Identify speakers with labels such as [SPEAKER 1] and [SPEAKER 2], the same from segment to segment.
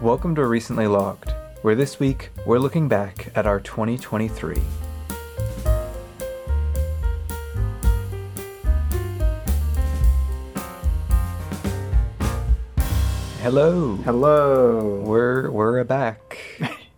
[SPEAKER 1] Welcome to Recently Logged, where this week we're looking back at our 2023. Hello.
[SPEAKER 2] Hello.
[SPEAKER 1] We're we're back.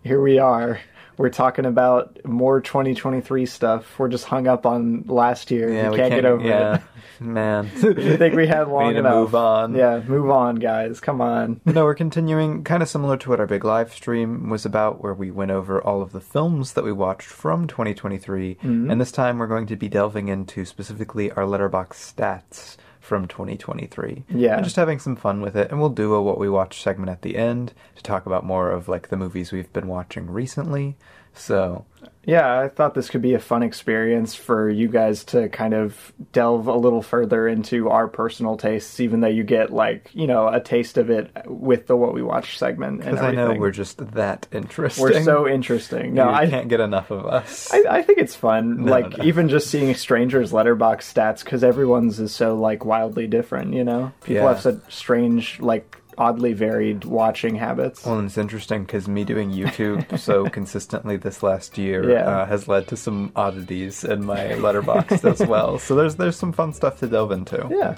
[SPEAKER 2] Here we are. We're talking about more 2023 stuff. We're just hung up on last year. we, can't, get over
[SPEAKER 1] yeah,
[SPEAKER 2] it.
[SPEAKER 1] man.
[SPEAKER 2] I think we had long
[SPEAKER 1] need to
[SPEAKER 2] enough.
[SPEAKER 1] move on.
[SPEAKER 2] Yeah, move on, guys. Come on.
[SPEAKER 1] no, we're continuing, kind of similar to what our big live stream was about, where we went over all of the films that we watched from 2023.
[SPEAKER 2] Mm-hmm.
[SPEAKER 1] And this time we're going to be delving into specifically our letterbox stats from 2023.
[SPEAKER 2] Yeah.
[SPEAKER 1] And just having some fun with it. And we'll do a What We Watch segment at the end to talk about more of like the movies we've been watching recently. So,
[SPEAKER 2] Yeah, I thought this could be a fun experience for you guys to kind of delve a little further into our personal tastes, even though you get like you know a taste of it with the what we watch segment. And
[SPEAKER 1] because I know
[SPEAKER 2] everything.
[SPEAKER 1] we're just that interesting.
[SPEAKER 2] we're so interesting.
[SPEAKER 1] You
[SPEAKER 2] No, I
[SPEAKER 1] can't get enough of us.
[SPEAKER 2] I, I think it's fun, like
[SPEAKER 1] no.
[SPEAKER 2] even just seeing strangers' letterbox stats because everyone's is so like wildly different. You know, people
[SPEAKER 1] Yeah.
[SPEAKER 2] have such strange, like oddly varied watching habits.
[SPEAKER 1] Well, and it's interesting because me doing YouTube so consistently this last year
[SPEAKER 2] Yeah.
[SPEAKER 1] uh, has led to some oddities in my letterbox as well. So there's there's some fun stuff to delve into.
[SPEAKER 2] yeah,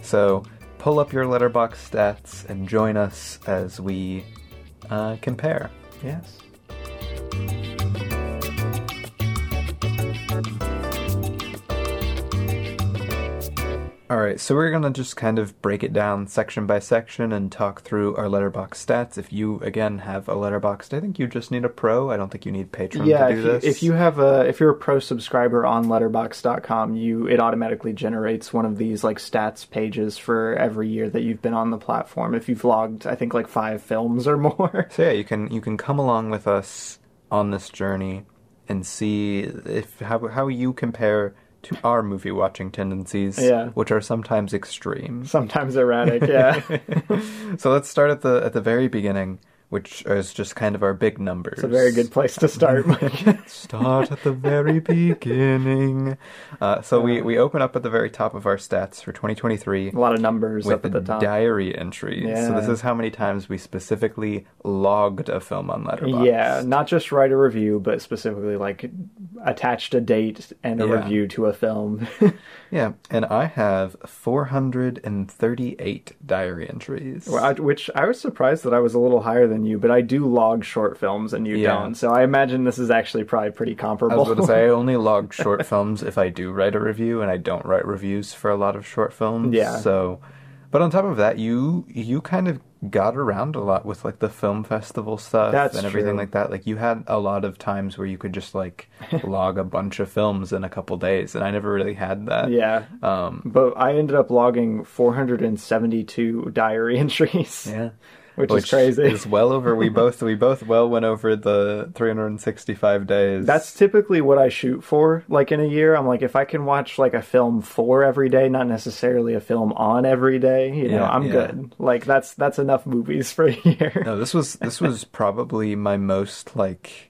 [SPEAKER 1] So pull up your letterbox stats and join us as we uh, compare.
[SPEAKER 2] yes.
[SPEAKER 1] All right, so we're gonna just kind of break it down section by section and talk through our letterbox stats. If you again have a letterbox, I think you just need a pro. I don't think you need Patreon
[SPEAKER 2] Yeah,
[SPEAKER 1] to do
[SPEAKER 2] if
[SPEAKER 1] this.
[SPEAKER 2] you, if you have a if you're a pro subscriber on Letterbox.com, you it automatically generates one of these like stats pages for every year that you've been on the platform. If you've logged, I think like five films or more.
[SPEAKER 1] So yeah, you can you can come along with us on this journey and see if how how you compare to our movie watching tendencies,
[SPEAKER 2] Yeah.
[SPEAKER 1] which are sometimes extreme.
[SPEAKER 2] Sometimes erratic, yeah.
[SPEAKER 1] So let's start at the at the very beginning, which is just kind of our big numbers.
[SPEAKER 2] it's a very good place to start. Mike.
[SPEAKER 1] Start at the very beginning. Uh, so we, we open up at the very top of our stats for 2023
[SPEAKER 2] a lot of numbers
[SPEAKER 1] with
[SPEAKER 2] up at the top.
[SPEAKER 1] diary entries. So this
[SPEAKER 2] Yeah.
[SPEAKER 1] is how many times we specifically logged a film on Letterboxd.
[SPEAKER 2] Yeah, not just write a review, but specifically like attached a date and a
[SPEAKER 1] Yeah.
[SPEAKER 2] review to a film.
[SPEAKER 1] Yeah, and I have 438 diary entries.
[SPEAKER 2] Well, I- Which I was surprised that I was a little higher than you, but I do log short films and you
[SPEAKER 1] Yeah.
[SPEAKER 2] don't. So I imagine this is actually probably pretty
[SPEAKER 1] I
[SPEAKER 2] comparable.
[SPEAKER 1] was going to say, I only log short films if I do write a review, and I don't write reviews for a lot of short films.
[SPEAKER 2] Yeah.
[SPEAKER 1] So, but on top of that, you you kind of got around a lot with like the film festival stuff
[SPEAKER 2] That's
[SPEAKER 1] and everything
[SPEAKER 2] true.
[SPEAKER 1] like that. Like you had a lot of times where you could just like log a bunch of films in a couple days, and I never really had that.
[SPEAKER 2] yeah.
[SPEAKER 1] Um.
[SPEAKER 2] But I ended up logging 472 diary entries,
[SPEAKER 1] Yeah.
[SPEAKER 2] which, is crazy.
[SPEAKER 1] Is well over. We both we both well went over the 365 days.
[SPEAKER 2] That's typically what I shoot for. Like in a year, I'm like, if I can watch like a film for every day, not necessarily a film on every day, you know,
[SPEAKER 1] Yeah,
[SPEAKER 2] I'm
[SPEAKER 1] yeah.
[SPEAKER 2] good. Like that's that's enough movies for a year.
[SPEAKER 1] No, this was this was probably my most like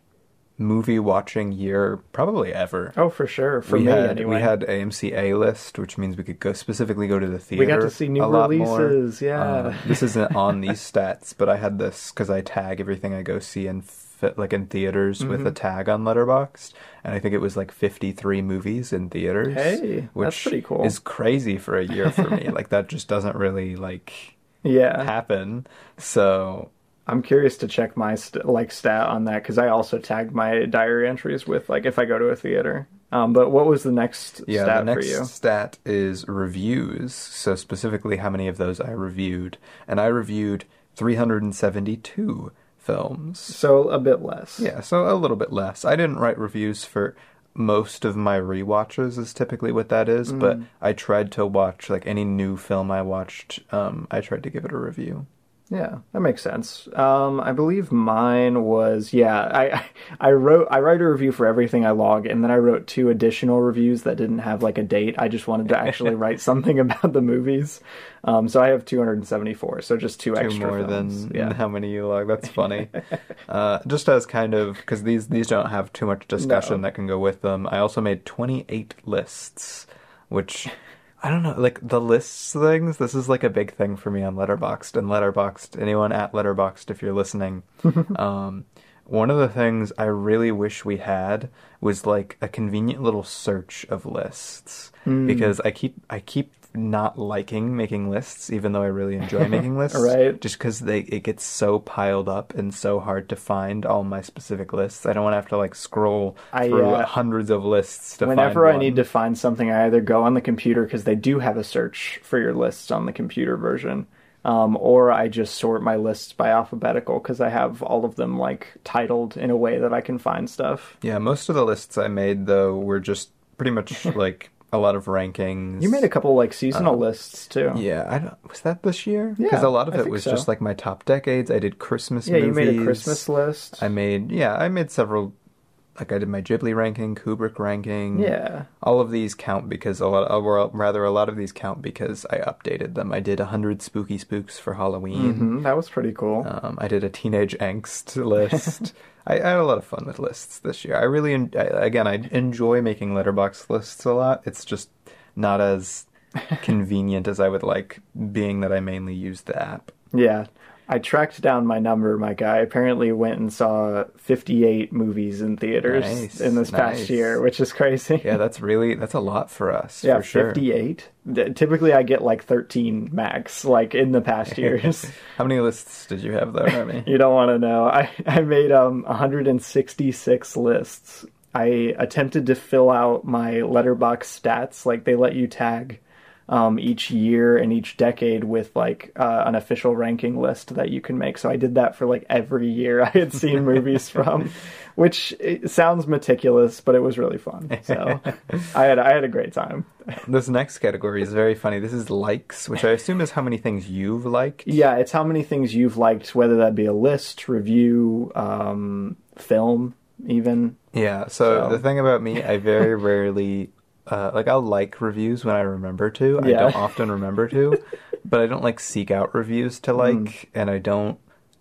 [SPEAKER 1] movie watching year probably ever.
[SPEAKER 2] Oh, for sure. For
[SPEAKER 1] we
[SPEAKER 2] me,
[SPEAKER 1] had
[SPEAKER 2] anyway.
[SPEAKER 1] we had AMC A list, which means we could go specifically go to the theater.
[SPEAKER 2] We got to see new
[SPEAKER 1] a lot more.
[SPEAKER 2] releases. Yeah.
[SPEAKER 1] Uh, this isn't on these stats, but I had this because I tag everything I go see in fi- like in theaters with
[SPEAKER 2] Mm-hmm.
[SPEAKER 1] a tag on Letterboxd, and I think it was like 53 movies in theaters.
[SPEAKER 2] Hey, that's
[SPEAKER 1] which
[SPEAKER 2] pretty cool.
[SPEAKER 1] Is crazy for a year for me. like that just doesn't really like
[SPEAKER 2] yeah.
[SPEAKER 1] happen. So
[SPEAKER 2] I'm curious to check my st- like stat on that because I also tagged my diary entries with like if I go to a theater. Um, but what was the next
[SPEAKER 1] Yeah,
[SPEAKER 2] stat
[SPEAKER 1] the next
[SPEAKER 2] for you?
[SPEAKER 1] stat is reviews. So specifically, how many of those I reviewed, and I reviewed 372 films.
[SPEAKER 2] So a bit less.
[SPEAKER 1] Yeah, so a little bit less. I didn't write reviews for most of my rewatches, is typically what that is. But
[SPEAKER 2] Mm.
[SPEAKER 1] I tried to watch like any new film I watched. Um, I tried to give it a review.
[SPEAKER 2] Yeah, that makes sense. Um, I believe mine was yeah. I I wrote I write a review for everything I log, and then I wrote two additional reviews that didn't have like a date. I just wanted to actually write something about the movies. Um, so I have 274. So just two,
[SPEAKER 1] two
[SPEAKER 2] extra
[SPEAKER 1] more
[SPEAKER 2] films.
[SPEAKER 1] than
[SPEAKER 2] yeah.
[SPEAKER 1] how many you log. That's funny. uh, just as kind of because these these don't have too much discussion that can go with them. I also made twenty eight lists, which I don't know, like the lists things. This is like a big thing for me on Letterboxd and Letterboxd. Anyone at Letterboxd, if you're listening, um, one of the things I really wish we had was like a convenient little search of lists
[SPEAKER 2] Hmm.
[SPEAKER 1] because I keep I keep not liking making lists, even though I really enjoy making lists.
[SPEAKER 2] Right.
[SPEAKER 1] Just because they it gets so piled up and so hard to find all my specific lists. I don't want to have to like scroll
[SPEAKER 2] I,
[SPEAKER 1] through
[SPEAKER 2] uh,
[SPEAKER 1] hundreds of lists to
[SPEAKER 2] Whenever
[SPEAKER 1] find
[SPEAKER 2] I need
[SPEAKER 1] one.
[SPEAKER 2] to find something, I either go on the computer because they do have a search for your lists on the computer version, um, or I just sort my lists by alphabetical because I have all of them like titled in a way that I can find stuff.
[SPEAKER 1] Yeah, most of the lists I made though were just pretty much like a lot of rankings.
[SPEAKER 2] You made a couple like seasonal lists too.
[SPEAKER 1] Uh, yeah. I don't, was that this year? a
[SPEAKER 2] Yeah,
[SPEAKER 1] lot of
[SPEAKER 2] I
[SPEAKER 1] it
[SPEAKER 2] think
[SPEAKER 1] was
[SPEAKER 2] so.
[SPEAKER 1] just like my top decades. I did Christmas.
[SPEAKER 2] Yeah, you
[SPEAKER 1] movies.
[SPEAKER 2] made a Christmas list.
[SPEAKER 1] I made yeah, I made several. Like I did my Ghibli ranking, Kubrick ranking.
[SPEAKER 2] yeah.
[SPEAKER 1] all of these count because a lot, or well, rather a lot of these count because I updated them. I did hundred spooky spooks for Halloween.
[SPEAKER 2] Mhm, that was pretty cool.
[SPEAKER 1] Um, I did a teenage angst list. I, I had a lot of fun with lists this year. I really, en- I, again, I enjoy making letterbox lists a lot. It's just not as convenient as I would like, being that I mainly use the app.
[SPEAKER 2] Yeah. I tracked down my number, my guy. Apparently went and saw 58 movies in theaters
[SPEAKER 1] Nice,
[SPEAKER 2] in this past
[SPEAKER 1] nice.
[SPEAKER 2] year, which is crazy.
[SPEAKER 1] Yeah, that's really that's a lot for us.
[SPEAKER 2] Yeah,
[SPEAKER 1] for sure.
[SPEAKER 2] 58. D- Typically I get like 13 max like in the past years.
[SPEAKER 1] How many lists did you have though, Remy?
[SPEAKER 2] you don't want to know. I I made um 166 lists. I attempted to fill out my letterbox stats like they let you tag um, each year and each decade with like uh, an official ranking list that you can make. So I did that for like every year I had seen movies from, which it sounds meticulous, but it was really fun. So I had I had a great time.
[SPEAKER 1] this next category is very funny. This is likes, which I assume is how many things you've liked.
[SPEAKER 2] Yeah, it's how many things you've liked, whether that be a list, review, um, film, even.
[SPEAKER 1] Yeah. So,
[SPEAKER 2] So-
[SPEAKER 1] the thing about me, I very rarely uh, like I'll like reviews when I remember to. I
[SPEAKER 2] Yeah.
[SPEAKER 1] don't often remember to, but I don't like seek out reviews
[SPEAKER 2] Hmm.
[SPEAKER 1] to like, and I don't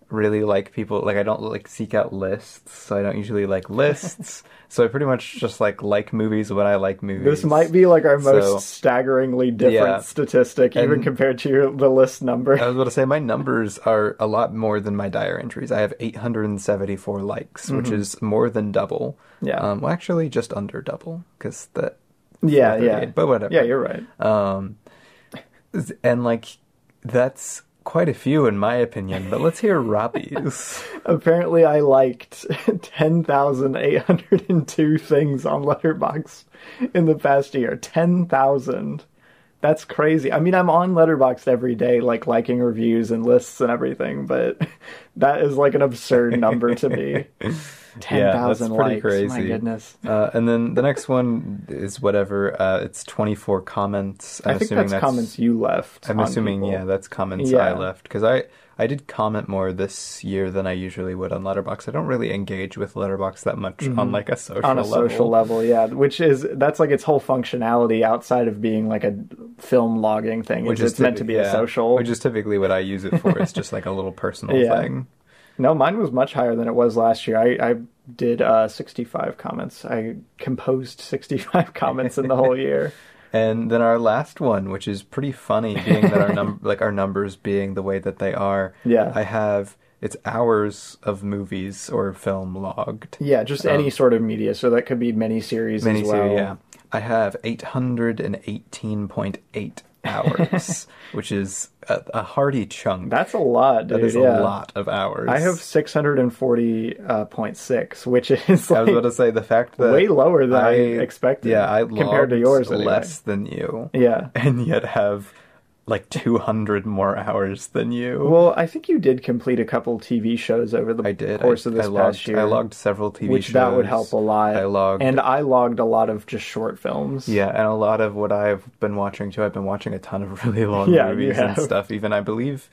[SPEAKER 1] really like people like I don't like seek out lists, so I don't usually like lists. so I pretty much just like like movies when I like movies.
[SPEAKER 2] This might be like our most
[SPEAKER 1] So-
[SPEAKER 2] staggeringly different
[SPEAKER 1] Yeah.
[SPEAKER 2] statistic, even
[SPEAKER 1] And-
[SPEAKER 2] compared to your, the list number.
[SPEAKER 1] I was about to say my numbers are a lot more than my dire entries. I have 874 likes, which is more than double.
[SPEAKER 2] Mm-hmm. Yeah.
[SPEAKER 1] Um, well, actually, just under double because that.
[SPEAKER 2] yeah,
[SPEAKER 1] 38,
[SPEAKER 2] yeah,
[SPEAKER 1] But whatever.
[SPEAKER 2] yeah, you're right.
[SPEAKER 1] Um, z- and like that's quite a few in my opinion. But let's hear Robbie's.
[SPEAKER 2] Apparently, I liked ten thousand eight hundred and two things on Letterbox in the past year. Ten thousand. That's crazy. I mean, I'm on Letterboxd every day, like liking reviews and lists and everything, but that is like an absurd number to me. Ten thousand likes. My goodness.
[SPEAKER 1] Uh, and then the next one is whatever. Uh, it's 24 comments. I'm
[SPEAKER 2] i think
[SPEAKER 1] assuming
[SPEAKER 2] that's, comments you left.
[SPEAKER 1] I'm
[SPEAKER 2] on
[SPEAKER 1] assuming,
[SPEAKER 2] people.
[SPEAKER 1] yeah, that's comments I
[SPEAKER 2] Yeah.
[SPEAKER 1] left because I I did comment more this year than I usually would on Letterbox. I don't really engage with Letterbox that much on like a social
[SPEAKER 2] Mm-hmm. on a
[SPEAKER 1] level.
[SPEAKER 2] social level, yeah, which is that's like its whole functionality outside of being like a film logging thing. Which it's meant to
[SPEAKER 1] typi-
[SPEAKER 2] be a
[SPEAKER 1] yeah,
[SPEAKER 2] social.
[SPEAKER 1] which is typically what I use it for. It's just like a little personal
[SPEAKER 2] Yeah.
[SPEAKER 1] thing.
[SPEAKER 2] No, mine was much higher than it was last year. I, I did uh, 65 comments. I composed 65 comments in the whole year.
[SPEAKER 1] And then our last one, which is pretty funny, being that our num like our numbers being the way that they are.
[SPEAKER 2] Yeah.
[SPEAKER 1] I have it's hours of movies or film logged.
[SPEAKER 2] Yeah, just any sort of media. So that could be miniseries as well.
[SPEAKER 1] Miniseries, Um, yeah. I have 818.8 hours, which is a, a hearty chunk.
[SPEAKER 2] That's a lot, dude.
[SPEAKER 1] That is a
[SPEAKER 2] yeah.
[SPEAKER 1] lot of hours.
[SPEAKER 2] I have 640.6, uh, which is
[SPEAKER 1] I was about
[SPEAKER 2] like,
[SPEAKER 1] to say the fact that
[SPEAKER 2] way lower than I expected,
[SPEAKER 1] Yeah, I
[SPEAKER 2] compared to
[SPEAKER 1] logged
[SPEAKER 2] yours, anyway.
[SPEAKER 1] less than you,
[SPEAKER 2] yeah.
[SPEAKER 1] and yet have like 200 more hours than you.
[SPEAKER 2] Well, I think you did complete a couple TV shows over the
[SPEAKER 1] I did.
[SPEAKER 2] course
[SPEAKER 1] I,
[SPEAKER 2] of this
[SPEAKER 1] I logged,
[SPEAKER 2] past year.
[SPEAKER 1] I logged several TV
[SPEAKER 2] which
[SPEAKER 1] shows.
[SPEAKER 2] that would help a lot.
[SPEAKER 1] I logged.
[SPEAKER 2] and I logged a lot of just short films.
[SPEAKER 1] yeah, and a lot of what I've been watching too. I've been watching a ton of really long
[SPEAKER 2] Yeah, you
[SPEAKER 1] movies
[SPEAKER 2] have.
[SPEAKER 1] and stuff. Even I believe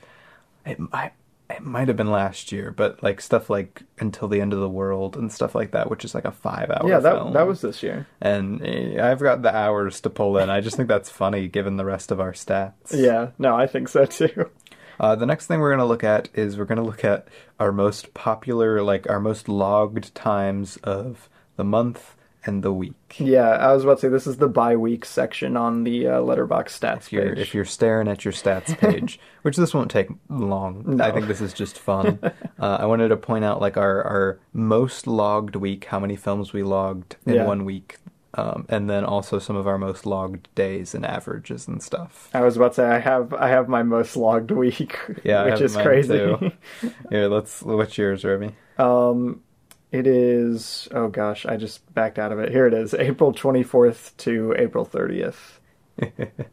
[SPEAKER 1] it, I, it might have been last year, but like stuff like Until the End of the World and stuff like that, which is like a five-hour.
[SPEAKER 2] yeah, that
[SPEAKER 1] film.
[SPEAKER 2] that was this year.
[SPEAKER 1] And eh, I've got the hours to pull in. I just think that's funny given the rest of our stats.
[SPEAKER 2] Yeah, no, I think so too.
[SPEAKER 1] Uh, the next thing we're going to look at is we're going to look at our most popular, like our most logged times of the month and the week.
[SPEAKER 2] Yeah, I was about to say this is the bi week section on the uh, letterbox stats
[SPEAKER 1] If you're,
[SPEAKER 2] page.
[SPEAKER 1] if you're staring at your stats page, which this won't take long. I think this is just fun. uh, I wanted to point out like our, our most logged week, how many films we logged in
[SPEAKER 2] Yeah.
[SPEAKER 1] one week, um, and then also some of our most logged days and averages and stuff.
[SPEAKER 2] I was about to say I have I have my most logged week,
[SPEAKER 1] Yeah, I
[SPEAKER 2] which
[SPEAKER 1] have
[SPEAKER 2] is
[SPEAKER 1] mine
[SPEAKER 2] crazy.
[SPEAKER 1] too. Here, let's. What's yours, Remy?
[SPEAKER 2] Um, it is. Oh gosh, I just backed out of it. Here it is, April twenty fourth to April thirtieth,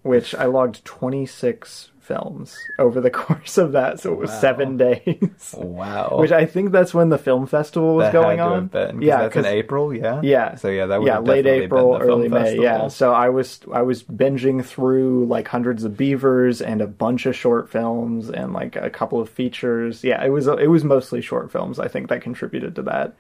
[SPEAKER 2] which I logged twenty six films over the course of that, so it was
[SPEAKER 1] Wow.
[SPEAKER 2] seven days.
[SPEAKER 1] Wow.
[SPEAKER 2] Which I think that's when the film festival was
[SPEAKER 1] that
[SPEAKER 2] going
[SPEAKER 1] had to
[SPEAKER 2] on.
[SPEAKER 1] have been, 'cause
[SPEAKER 2] yeah,
[SPEAKER 1] that's in
[SPEAKER 2] 'cause-
[SPEAKER 1] April, yeah.
[SPEAKER 2] yeah.
[SPEAKER 1] So yeah, that would
[SPEAKER 2] yeah,
[SPEAKER 1] have
[SPEAKER 2] late
[SPEAKER 1] definitely
[SPEAKER 2] April,
[SPEAKER 1] been the film
[SPEAKER 2] early May.
[SPEAKER 1] festival.
[SPEAKER 2] Yeah. So I was I was binging through like hundreds of beavers and a bunch of short films and like a couple of features. Yeah, it was it was mostly short films. I think that contributed to that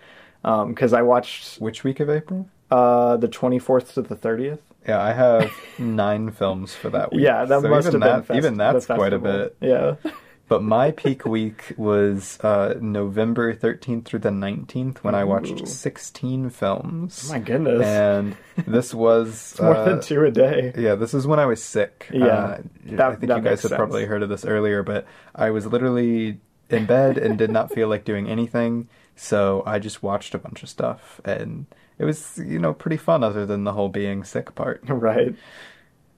[SPEAKER 2] because I watched
[SPEAKER 1] Which week of April?
[SPEAKER 2] uh, the twenty fourth to the thirtieth.
[SPEAKER 1] Yeah, I have nine films for that week.
[SPEAKER 2] Yeah, that
[SPEAKER 1] So
[SPEAKER 2] must
[SPEAKER 1] even
[SPEAKER 2] have been
[SPEAKER 1] that,
[SPEAKER 2] fest-
[SPEAKER 1] even that's
[SPEAKER 2] the
[SPEAKER 1] quite a
[SPEAKER 2] festival.
[SPEAKER 1] bit.
[SPEAKER 2] Yeah.
[SPEAKER 1] But my peak week was uh, November thirteenth through the nineteenth when I watched sixteen films.
[SPEAKER 2] Oh My goodness.
[SPEAKER 1] And this was
[SPEAKER 2] More
[SPEAKER 1] uh,
[SPEAKER 2] than two a day.
[SPEAKER 1] Yeah, this is when I was sick.
[SPEAKER 2] Yeah,
[SPEAKER 1] Uh,
[SPEAKER 2] that-
[SPEAKER 1] I think
[SPEAKER 2] that
[SPEAKER 1] you
[SPEAKER 2] makes
[SPEAKER 1] guys had
[SPEAKER 2] sense.
[SPEAKER 1] probably heard of this earlier, but I was literally in bed and did not feel like doing anything, so I just watched a bunch of stuff, and it was you know pretty fun other than the whole being sick part.
[SPEAKER 2] Right.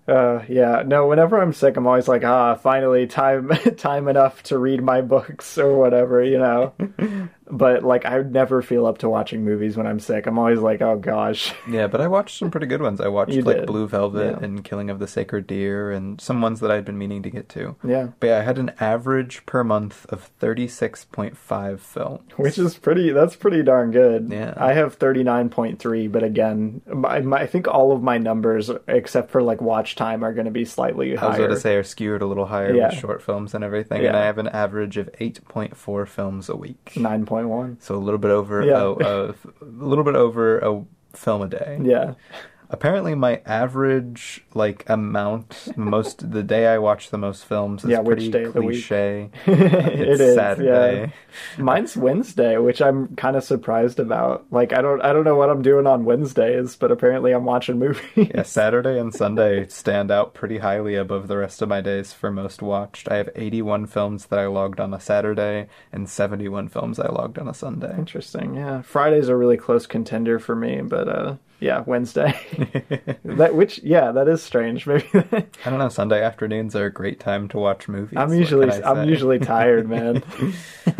[SPEAKER 2] Uh, yeah. No, whenever I'm sick, I'm always like, ah, finally time time enough to read my books or whatever, you know. but like I never feel up to watching movies when I'm sick. I'm always like, oh gosh.
[SPEAKER 1] Yeah, but I watched some pretty good ones. I watched
[SPEAKER 2] You
[SPEAKER 1] like
[SPEAKER 2] did.
[SPEAKER 1] Blue Velvet
[SPEAKER 2] Yeah.
[SPEAKER 1] and Killing of the Sacred Deer, and some ones that I'd been meaning to get to.
[SPEAKER 2] Yeah.
[SPEAKER 1] But yeah, I had an average per month of thirty six point five films.
[SPEAKER 2] Which is pretty that's pretty darn good.
[SPEAKER 1] Yeah.
[SPEAKER 2] I have 39.3, but again, my, my, I think all of my numbers except for like watch time are going to be
[SPEAKER 1] I
[SPEAKER 2] slightly
[SPEAKER 1] was
[SPEAKER 2] higher.
[SPEAKER 1] going to say are skewed a little higher
[SPEAKER 2] Yeah.
[SPEAKER 1] with short films and everything, and
[SPEAKER 2] Yeah.
[SPEAKER 1] I have an average of eight point four films a week.
[SPEAKER 2] 9.1.
[SPEAKER 1] So a little bit over
[SPEAKER 2] Yeah.
[SPEAKER 1] a, a, a little bit over a film a day.
[SPEAKER 2] Yeah.
[SPEAKER 1] Apparently, my average like amount most the day I watch the most films is
[SPEAKER 2] Yeah, which
[SPEAKER 1] pretty
[SPEAKER 2] day of the week?
[SPEAKER 1] cliche.
[SPEAKER 2] It
[SPEAKER 1] it's
[SPEAKER 2] is,
[SPEAKER 1] Saturday.
[SPEAKER 2] yeah. Mine's Wednesday, which I'm kind of surprised about. Like I don't I don't know what I'm doing on Wednesdays, but apparently I'm watching movies.
[SPEAKER 1] Yeah, Saturday and Sunday stand out pretty highly above the rest of my days for most watched. I have 81 films that I logged on a Saturday and 71 films I logged on a Sunday.
[SPEAKER 2] Interesting. Yeah. Friday's a really close contender for me, but uh yeah, Wednesday. that which yeah, that is strange. Maybe
[SPEAKER 1] I don't know. Sunday afternoons are a great time to watch movies.
[SPEAKER 2] I'm
[SPEAKER 1] what
[SPEAKER 2] usually
[SPEAKER 1] can I
[SPEAKER 2] I'm
[SPEAKER 1] say?
[SPEAKER 2] usually tired, man.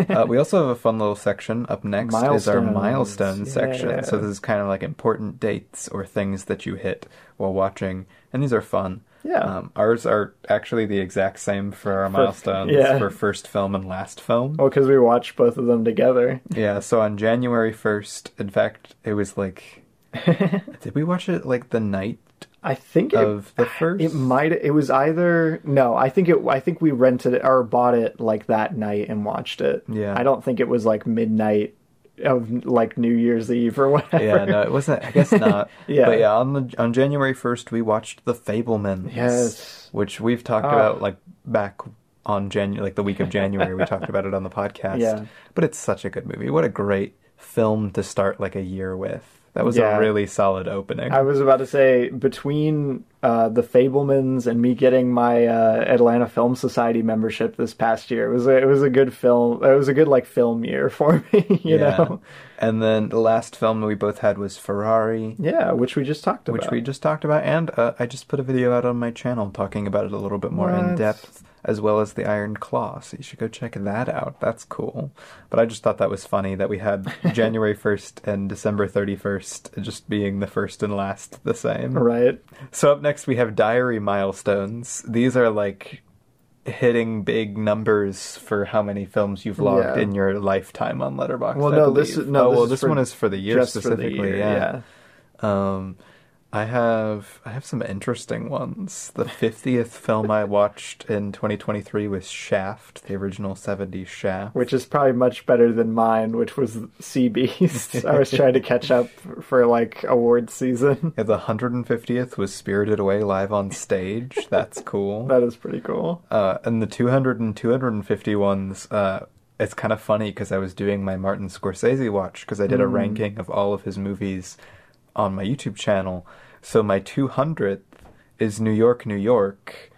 [SPEAKER 1] uh, we also have a fun little section up next is our
[SPEAKER 2] Milestones,
[SPEAKER 1] milestone
[SPEAKER 2] yeah.
[SPEAKER 1] section. So this is kind of like important dates or things that you hit while watching, and these are fun.
[SPEAKER 2] Yeah.
[SPEAKER 1] Um, ours are actually the exact same for our milestones
[SPEAKER 2] yeah. Oh.
[SPEAKER 1] for first film and last film.
[SPEAKER 2] well, because we watched both of them together.
[SPEAKER 1] Yeah. So on January first, in fact, it was like, did we watch it like the night
[SPEAKER 2] I think it,
[SPEAKER 1] of the first?
[SPEAKER 2] it might it was either no, I think it I think we rented it or bought it like that night and watched it.
[SPEAKER 1] Yeah.
[SPEAKER 2] I don't think it was like midnight of like New Year's Eve or whatever.
[SPEAKER 1] Yeah, no, it wasn't. I guess not.
[SPEAKER 2] Yeah.
[SPEAKER 1] But yeah, on the on January first, we watched The Fablemans.
[SPEAKER 2] Yes. Ah.
[SPEAKER 1] Which we've talked about like back on January, like the week of January, we talked about it on the podcast.
[SPEAKER 2] Yeah.
[SPEAKER 1] But it's such a good movie. What a great film to start like a year with. That was
[SPEAKER 2] Yeah.
[SPEAKER 1] a really solid opening.
[SPEAKER 2] I was about to say between uh, the Fablemans and me getting my uh, Atlanta Film Society membership this past year, it was a, it was a good film. It was a good like film year for me, you know.
[SPEAKER 1] And then the last film we both had was Ferrari.
[SPEAKER 2] Yeah, which we just talked about.
[SPEAKER 1] which we just talked about, and uh, I just put a video out on my channel talking about it a little bit more in
[SPEAKER 2] What?
[SPEAKER 1] depth, as well as the Iron Claw. So you should go check that out. That's cool. But I just thought that was funny that we had January 1st and December 31st just being the first and last the same.
[SPEAKER 2] right.
[SPEAKER 1] So up next we have diary milestones. These are like hitting big numbers for how many films you've logged
[SPEAKER 2] Yeah.
[SPEAKER 1] in your lifetime on Letterboxd.
[SPEAKER 2] Well,
[SPEAKER 1] I
[SPEAKER 2] no, this
[SPEAKER 1] believe.
[SPEAKER 2] is- no,
[SPEAKER 1] Oh,
[SPEAKER 2] this
[SPEAKER 1] well,
[SPEAKER 2] is
[SPEAKER 1] this
[SPEAKER 2] for-
[SPEAKER 1] one is for the year
[SPEAKER 2] just for the
[SPEAKER 1] specifically.
[SPEAKER 2] year,
[SPEAKER 1] yeah. Um, I have I have some interesting ones. The fiftieth film I watched in 2023 was Shaft, the original 70s Shaft.
[SPEAKER 2] Which is probably much better than mine, which was Sea Beast. I was trying to catch up for like award season.
[SPEAKER 1] Yeah, the 150th was Spirited Away live on stage. That's cool.
[SPEAKER 2] That is pretty cool.
[SPEAKER 1] Uh, and the 200 and 250 ones, uh, it's kind
[SPEAKER 2] Mm.
[SPEAKER 1] of funny because I was doing my Martin Scorsese watch because I did a ranking of all of his movies on my YouTube channel. So my 200th is New York, New York,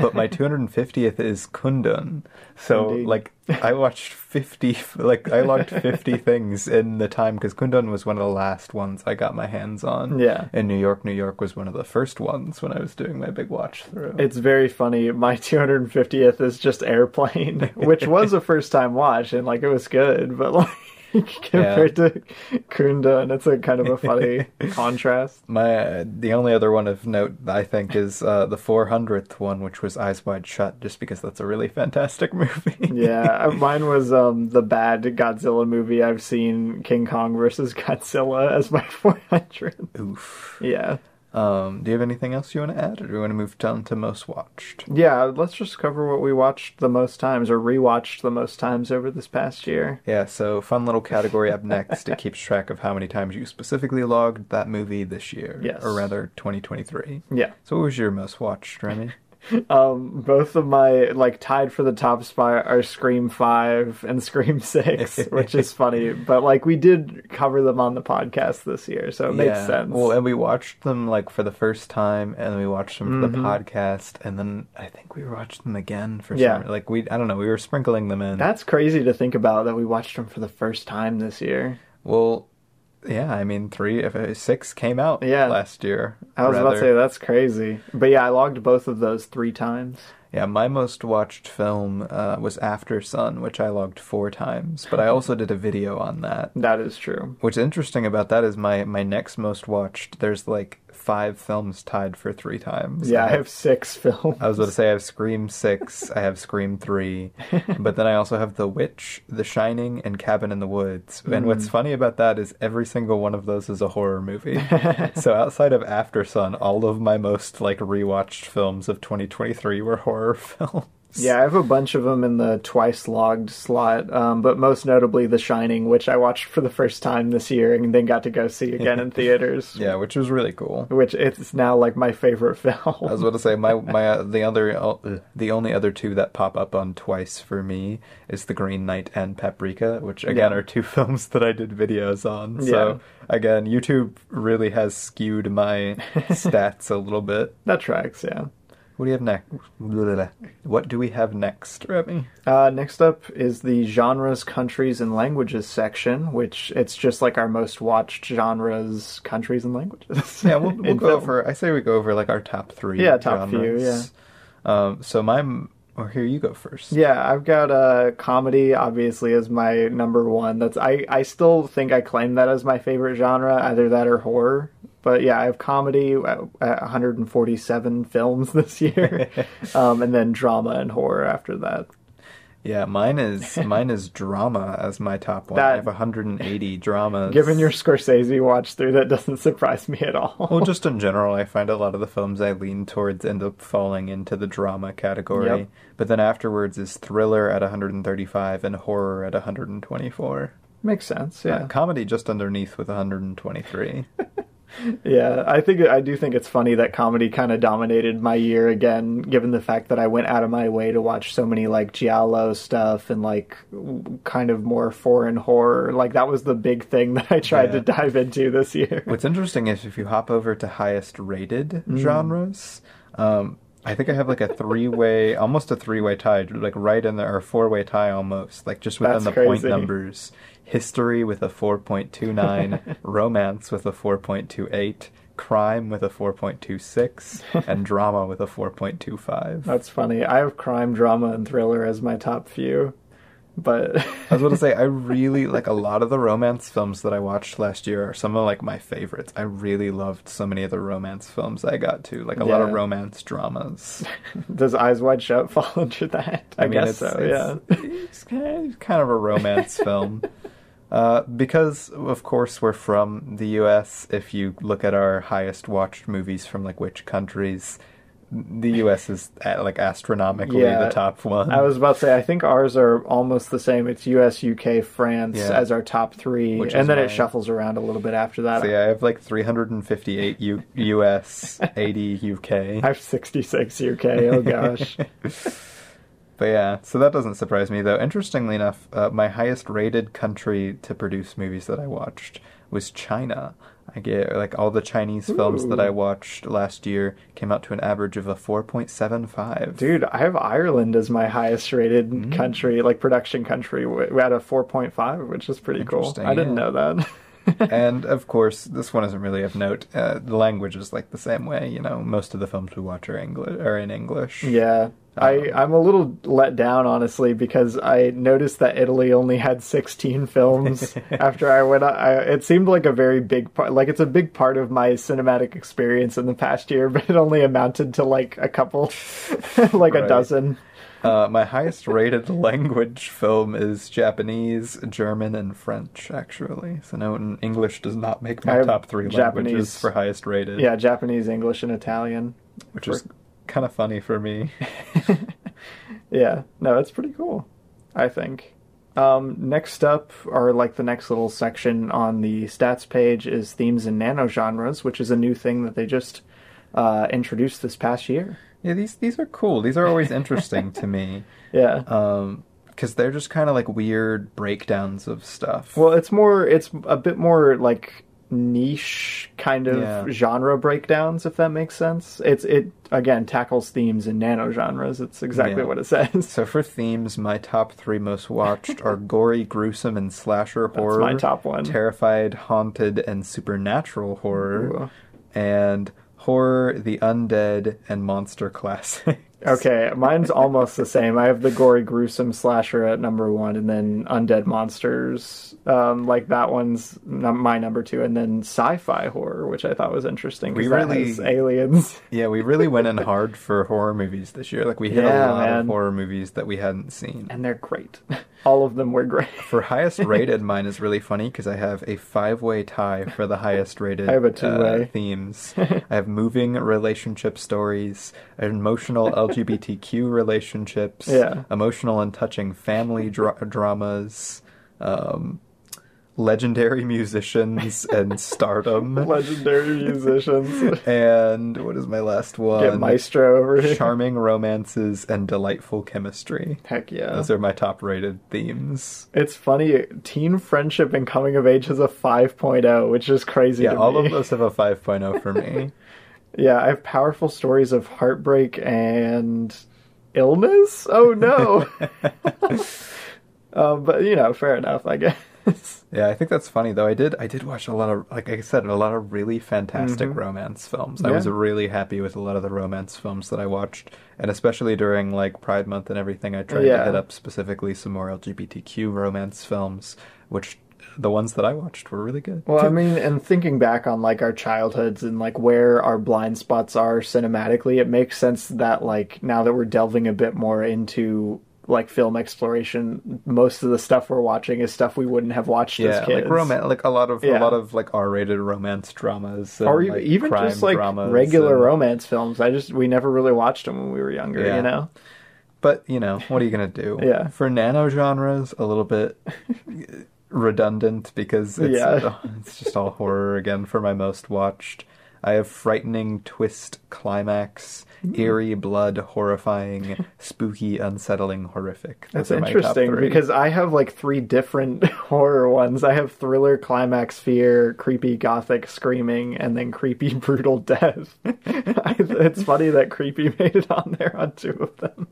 [SPEAKER 1] but my 250th is Kundun. So
[SPEAKER 2] Indeed.
[SPEAKER 1] like I watched 50 like I logged 50 things in the time cuz Kundun was one of the last ones I got my hands on.
[SPEAKER 2] Yeah.
[SPEAKER 1] And New York, New York was one of the first ones when I was doing my big watch through.
[SPEAKER 2] It's very funny. My 250th is just Airplane, which was a first time watch and like it was good, but like compared to Kunda, and it's a kind of a funny contrast.
[SPEAKER 1] My the only other one of note I think is uh, the 400th one, which was Eyes Wide Shut, just because that's a really fantastic movie.
[SPEAKER 2] Yeah, uh, mine was um the bad Godzilla movie I've seen, King Kong versus Godzilla as my 400.
[SPEAKER 1] Oof.
[SPEAKER 2] Yeah.
[SPEAKER 1] Um, do you have anything else you want to add, or do you want to move down to most watched?
[SPEAKER 2] Yeah, let's just cover what we watched the most times or rewatched the most times over this past year.
[SPEAKER 1] Yeah, so fun little category up next. It keeps track of how many times you specifically logged that movie this year,
[SPEAKER 2] Yes.
[SPEAKER 1] or rather 2023.
[SPEAKER 2] Yeah.
[SPEAKER 1] So, what was your most watched, Remy?
[SPEAKER 2] Um, both of my like tied for the top spot are Scream Five and Scream Six, which is funny. But like we did cover them on the podcast this year, so it makes sense.
[SPEAKER 1] Well, and we watched them like for the first time, and we watched them for
[SPEAKER 2] Mm-hmm.
[SPEAKER 1] the podcast, and then I think we watched them again for
[SPEAKER 2] Yeah.
[SPEAKER 1] some. Like we, I don't know, we were sprinkling them in.
[SPEAKER 2] That's crazy to think about that we watched them for the first time this year.
[SPEAKER 1] well, yeah, I mean, three, if uh, six came out
[SPEAKER 2] Yeah.
[SPEAKER 1] last year.
[SPEAKER 2] I was about to
[SPEAKER 1] rather.
[SPEAKER 2] say that's crazy, but yeah, I logged both of those three times.
[SPEAKER 1] Yeah, my most watched film uh, was After Sun, which I logged four times, but I also did a video on that.
[SPEAKER 2] That is true.
[SPEAKER 1] What's interesting about that is my my next most watched. There's like five films tied for three times.
[SPEAKER 2] Yeah, I have six films.
[SPEAKER 1] I was about to say I have Scream six, I have Scream three, but then I also have The Witch, The Shining, and Cabin in the Woods. And what's funny about that is every single one of those is a horror movie. so outside of After Sun, all of my most like rewatched films of 2023 were horror films.
[SPEAKER 2] Yeah, I have a bunch of them in the twice logged slot, um, but most notably The Shining, which I watched for the first time this year and then got to go see again in theaters.
[SPEAKER 1] Yeah, which was really cool.
[SPEAKER 2] Which it's now like my favorite
[SPEAKER 1] I was
[SPEAKER 2] film.
[SPEAKER 1] about to say my my uh, the other uh, the only other two that pop up on twice for me is The Green Knight and Paprika, which again
[SPEAKER 2] Yeah.
[SPEAKER 1] are two films that I did videos on. So again, YouTube really has skewed my stats a little bit.
[SPEAKER 2] That tracks, yeah.
[SPEAKER 1] What do you have next? What do we have next, Remy?
[SPEAKER 2] Uh, next up is the genres, countries, and languages section, which it's just like our most watched genres, countries, and languages.
[SPEAKER 1] Yeah, we'll, we'll
[SPEAKER 2] In
[SPEAKER 1] go
[SPEAKER 2] film.
[SPEAKER 1] over. I say we go over like our top three.
[SPEAKER 2] Yeah, top few,
[SPEAKER 1] few. Yeah. Um. So my or here you go first.
[SPEAKER 2] Yeah, I've got uh, comedy obviously as my number one. That's I I still think I claim that as my favorite genre, either that or horror. But yeah, I have comedy at, at 147 films this year, um, and then drama and horror after that.
[SPEAKER 1] Yeah, mine is mine is drama as my top one. I
[SPEAKER 2] That-
[SPEAKER 1] have 180 dramas.
[SPEAKER 2] Given your Scorsese watch through, that doesn't surprise me at all.
[SPEAKER 1] well, just in general, I find a lot of the films I lean towards end up falling into the drama category.
[SPEAKER 2] Yep.
[SPEAKER 1] But then afterwards is thriller at 135 and horror at 124.
[SPEAKER 2] Makes sense.
[SPEAKER 1] Uh,
[SPEAKER 2] Yeah,
[SPEAKER 1] comedy just underneath with 123.
[SPEAKER 2] yeah. I think I do think it's funny that comedy kind of dominated my year again, given the fact that I went out of my way to watch so many like giallo stuff and like w- kind of more foreign horror. Like that was the big thing that I tried
[SPEAKER 1] Yeah.
[SPEAKER 2] to dive into this year.
[SPEAKER 1] What's interesting is if you hop over to highest rated
[SPEAKER 2] Hmm.
[SPEAKER 1] genres, um, I think I have like a three way, almost a three way tie, like right in there, or four way tie almost, like just within
[SPEAKER 2] That's
[SPEAKER 1] the point
[SPEAKER 2] crazy.
[SPEAKER 1] numbers. History with a 4.29, romance with a 4.28, crime with a 4.26, and drama with a 4.25.
[SPEAKER 2] That's funny. I have crime, drama, and thriller as my top few, but
[SPEAKER 1] I was going to say, I really like a lot of the romance films that I watched last year are some of like my favorites. I really loved so many of the romance films I got to, like a lot of
[SPEAKER 2] Yeah.
[SPEAKER 1] romance dramas.
[SPEAKER 2] does Eyes Wide Shut fall under that? I, guess so. yeah.
[SPEAKER 1] It's kind of, kind of a romance film. Uh, because, of course, we're from the US, if you look at our highest watched movies from like which countries, the US is at, like astronomically
[SPEAKER 2] Yeah.
[SPEAKER 1] the top one.
[SPEAKER 2] I was about to say, I think ours are almost the same. It's U.S., U.K., France
[SPEAKER 1] Yeah.
[SPEAKER 2] as our top three,
[SPEAKER 1] Which is
[SPEAKER 2] and then
[SPEAKER 1] my-
[SPEAKER 2] it shuffles around a little bit after that.
[SPEAKER 1] so, yeah, I have like 358 U- US, 80 UK.
[SPEAKER 2] Oh, I have 66 U.K. Oh gosh,
[SPEAKER 1] But yeah, so that doesn't surprise me though. Interestingly enough, uh, my highest rated country to produce movies that I watched was China. I get like all the Chinese films that I watched last year came out to an average of a 4.75.
[SPEAKER 2] Dude, I have Ireland as my highest rated
[SPEAKER 1] Mm.
[SPEAKER 2] country, like production country. We had a 4.5, which is pretty cool.
[SPEAKER 1] Interesting,
[SPEAKER 2] I didn't
[SPEAKER 1] yeah.
[SPEAKER 2] know that.
[SPEAKER 1] and of course, this one isn't really of note. Uh, the language is like the same way, you know. Most of the films we watch are English are in English.
[SPEAKER 2] yeah. I, I'm a little let down, honestly, because I noticed that Italy only had 16 films after I went. I, it seemed like a very big part, like it's a big part of my cinematic experience in the past year, but it only amounted to like a couple, like a
[SPEAKER 1] Right.
[SPEAKER 2] dozen.
[SPEAKER 1] Uh, my highest rated language film is Japanese, German, and French, actually. So no, n- English does not make
[SPEAKER 2] I
[SPEAKER 1] my
[SPEAKER 2] have
[SPEAKER 1] top three
[SPEAKER 2] Japanese.
[SPEAKER 1] languages for highest rated.
[SPEAKER 2] Yeah, Japanese, English, and Italian.
[SPEAKER 1] which is kind of funny for me.
[SPEAKER 2] Yeah, no, it's pretty cool, I think. Um, next up, or like the next little section on the stats page, is themes and nanogenres, which is a new thing that they just uh, introduced this past year.
[SPEAKER 1] yeah, these these are cool. These are always interesting to me.
[SPEAKER 2] Yeah.
[SPEAKER 1] Um, because they're just kind of like weird breakdowns of stuff.
[SPEAKER 2] Well, it's more, it's a bit more like niche kind of
[SPEAKER 1] Yeah.
[SPEAKER 2] genre breakdowns, if that makes sense. It's it again tackles themes and nanogenres. It's exactly
[SPEAKER 1] Yeah.
[SPEAKER 2] what it says.
[SPEAKER 1] so for themes, my top three most watched are gory, gruesome, and slasher horror.
[SPEAKER 2] my top one.
[SPEAKER 1] Terrified, haunted, and supernatural horror,
[SPEAKER 2] Ooh.
[SPEAKER 1] and horror, the undead, and monster classics.
[SPEAKER 2] Okay, mine's almost the same. I have the gory, gruesome slasher at number one, and then undead monsters. Um, like that one's num- my number two, and then sci-fi horror, which I thought was interesting. 'cause
[SPEAKER 1] We
[SPEAKER 2] that
[SPEAKER 1] really-
[SPEAKER 2] has aliens.
[SPEAKER 1] Yeah, we really went in hard for horror movies this year. Like we hit a
[SPEAKER 2] Yeah,
[SPEAKER 1] lot
[SPEAKER 2] man.
[SPEAKER 1] of horror movies that we hadn't seen.
[SPEAKER 2] and they're great. All of them were great.
[SPEAKER 1] For highest rated, mine is really funny because I have a five way tie for the highest rated uh,
[SPEAKER 2] I have a two-way.
[SPEAKER 1] themes. I have moving relationship stories, emotional LGBTQ relationships,
[SPEAKER 2] Yeah.
[SPEAKER 1] emotional and touching family dra- dramas, um, legendary musicians, and stardom.
[SPEAKER 2] Legendary musicians.
[SPEAKER 1] And what is my last one?
[SPEAKER 2] Get Maestro over here.
[SPEAKER 1] Charming romances and delightful chemistry.
[SPEAKER 2] Heck yeah.
[SPEAKER 1] Those are my top rated themes.
[SPEAKER 2] it's funny, teen friendship and coming of age has a 5.0, which is crazy
[SPEAKER 1] Yeah,
[SPEAKER 2] to
[SPEAKER 1] all
[SPEAKER 2] me.
[SPEAKER 1] of those have a 5.0 for me.
[SPEAKER 2] Yeah, I have powerful stories of heartbreak and illness. Oh no. um, but you know, fair enough, I guess.
[SPEAKER 1] yeah, I think that's funny though. I did I did watch a lot of like I said a lot of really fantastic romance films. I
[SPEAKER 2] Mm-hmm. Yeah.
[SPEAKER 1] was really happy with a lot of the romance films that I watched, and especially during like Pride month and everything, I tried
[SPEAKER 2] Yeah.
[SPEAKER 1] to hit up specifically some more LGBTQ romance films, which the ones that I watched were really good.
[SPEAKER 2] Well, I mean, and thinking back on like our childhoods and like where our blind spots are cinematically, it makes sense that like now that we're delving a bit more into like film exploration, most of the stuff we're watching is stuff we wouldn't have watched as
[SPEAKER 1] yeah,
[SPEAKER 2] kids.
[SPEAKER 1] like romance, like a lot of a
[SPEAKER 2] Yeah.
[SPEAKER 1] lot of like R-rated romance dramas, and,
[SPEAKER 2] or even,
[SPEAKER 1] like,
[SPEAKER 2] even
[SPEAKER 1] crime
[SPEAKER 2] just like
[SPEAKER 1] dramas
[SPEAKER 2] regular
[SPEAKER 1] and-
[SPEAKER 2] romance films. I just we never really watched them when we were younger,
[SPEAKER 1] Yeah.
[SPEAKER 2] you know.
[SPEAKER 1] But you know, what are you gonna do?
[SPEAKER 2] Yeah.
[SPEAKER 1] For nano genres, a little bit redundant because it's
[SPEAKER 2] Yeah.
[SPEAKER 1] it's just all horror again for my most watched. I have frightening twist climax,
[SPEAKER 2] Mm-hmm.
[SPEAKER 1] eerie blood, horrifying, spooky, unsettling, horrific. Those
[SPEAKER 2] That's
[SPEAKER 1] are my top
[SPEAKER 2] interesting
[SPEAKER 1] three.
[SPEAKER 2] because I have like three different horror ones. I have thriller, climax, fear, creepy, gothic, screaming, and then creepy, brutal death. I, it's funny that creepy made it on there on two of them.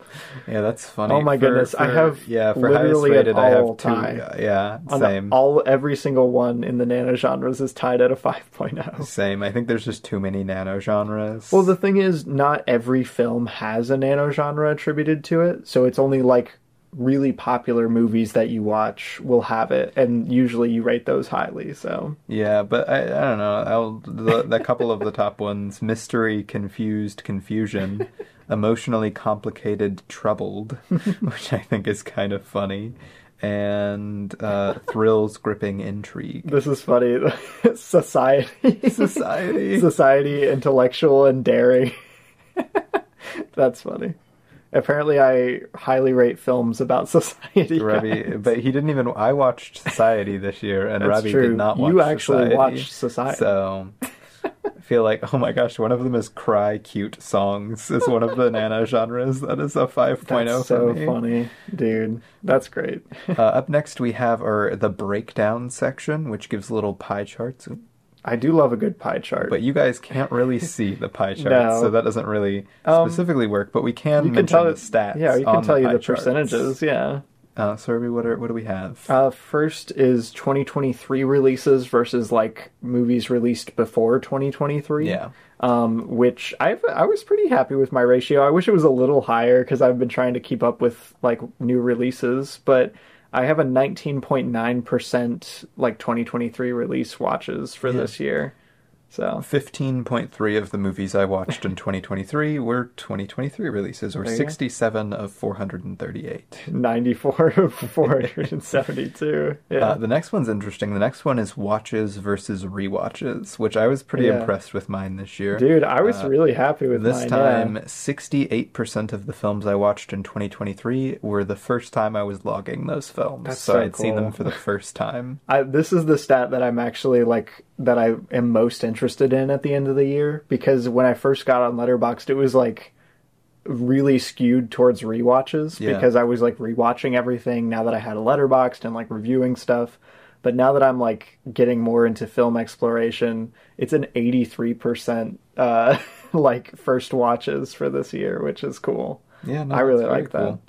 [SPEAKER 1] yeah, that's funny.
[SPEAKER 2] Oh my
[SPEAKER 1] For-
[SPEAKER 2] goodness, I
[SPEAKER 1] for-
[SPEAKER 2] have
[SPEAKER 1] yeah for
[SPEAKER 2] literally
[SPEAKER 1] highest
[SPEAKER 2] an
[SPEAKER 1] rated. I
[SPEAKER 2] all
[SPEAKER 1] have two.
[SPEAKER 2] tie.
[SPEAKER 1] Yeah,
[SPEAKER 2] On
[SPEAKER 1] same.
[SPEAKER 2] All every single one in the nano genres is tied at a 5.0.
[SPEAKER 1] Same. I think there's just too many nano genres.
[SPEAKER 2] Well, the thing is, not every film has a nano genre attributed to it, so it's only like really popular movies that you watch will have it, and usually you rate those highly. So
[SPEAKER 1] Yeah, but I, I don't know. I'll the, the couple of the top ones: mystery, confused, confusion, emotionally complicated, troubled, which I think is kind of funny, and uh, thrills, gripping intrigue.
[SPEAKER 2] This is funny. Society.
[SPEAKER 1] Society.
[SPEAKER 2] Society, intellectual and daring. That's funny. Apparently, I highly rate films about society. guys.
[SPEAKER 1] Robbie, but he didn't even. I watched Society this year, and
[SPEAKER 2] That's
[SPEAKER 1] Robbie
[SPEAKER 2] true.
[SPEAKER 1] did not watch.
[SPEAKER 2] You actually
[SPEAKER 1] Society,
[SPEAKER 2] watched Society.
[SPEAKER 1] so feel like, oh my gosh, one of them is cry cute songs is one of the Nana genres. That is a 5.0
[SPEAKER 2] That's
[SPEAKER 1] for
[SPEAKER 2] so
[SPEAKER 1] me.
[SPEAKER 2] funny, dude. That's great.
[SPEAKER 1] Uh, up next, we have our the breakdown section, which gives little pie charts.
[SPEAKER 2] I do love a good pie chart.
[SPEAKER 1] But you guys can't really see the pie chart,
[SPEAKER 2] No.
[SPEAKER 1] so that doesn't really
[SPEAKER 2] Um,
[SPEAKER 1] specifically work. But we can
[SPEAKER 2] you can
[SPEAKER 1] mention
[SPEAKER 2] tell
[SPEAKER 1] the stats.
[SPEAKER 2] Yeah, you
[SPEAKER 1] on
[SPEAKER 2] can tell you
[SPEAKER 1] pie
[SPEAKER 2] the
[SPEAKER 1] charts.
[SPEAKER 2] percentages. Yeah.
[SPEAKER 1] Uh, so, Ruby, what, are, what do we have?
[SPEAKER 2] Uh, first is 2023 releases versus like movies released before 2023.
[SPEAKER 1] Yeah.
[SPEAKER 2] Um, which I I was pretty happy with my ratio. I wish it was a little higher because I've been trying to keep up with like new releases, but I have a 19.9 percent like 2023 release watches for this year. So
[SPEAKER 1] 15.3 of the movies I watched in 2023 were 2023 releases, or
[SPEAKER 2] There you go.
[SPEAKER 1] 67 of 438.
[SPEAKER 2] 94 of 472. Yeah.
[SPEAKER 1] Uh, the next one's interesting. The next one is watches versus rewatches, which I was pretty
[SPEAKER 2] Yeah.
[SPEAKER 1] impressed with mine this year.
[SPEAKER 2] Dude, I was
[SPEAKER 1] uh,
[SPEAKER 2] really happy with
[SPEAKER 1] This
[SPEAKER 2] mine, yeah.
[SPEAKER 1] time, 68% of the films I watched in 2023 were the first time I was logging those films.
[SPEAKER 2] That's
[SPEAKER 1] so
[SPEAKER 2] so
[SPEAKER 1] I'd seen them
[SPEAKER 2] cool.
[SPEAKER 1] for the first time.
[SPEAKER 2] I, this is the stat that I'm actually like that I am most interested in at the end of the year because when I first got on Letterboxd, it was like really skewed towards rewatches
[SPEAKER 1] Yeah.
[SPEAKER 2] because I was like rewatching everything now that I had a Letterboxd and like reviewing stuff. But now that I'm like getting more into film exploration, it's an 83% uh, like first watches for this year, which is cool.
[SPEAKER 1] Yeah, no,
[SPEAKER 2] I really
[SPEAKER 1] that's very
[SPEAKER 2] like that.
[SPEAKER 1] cool.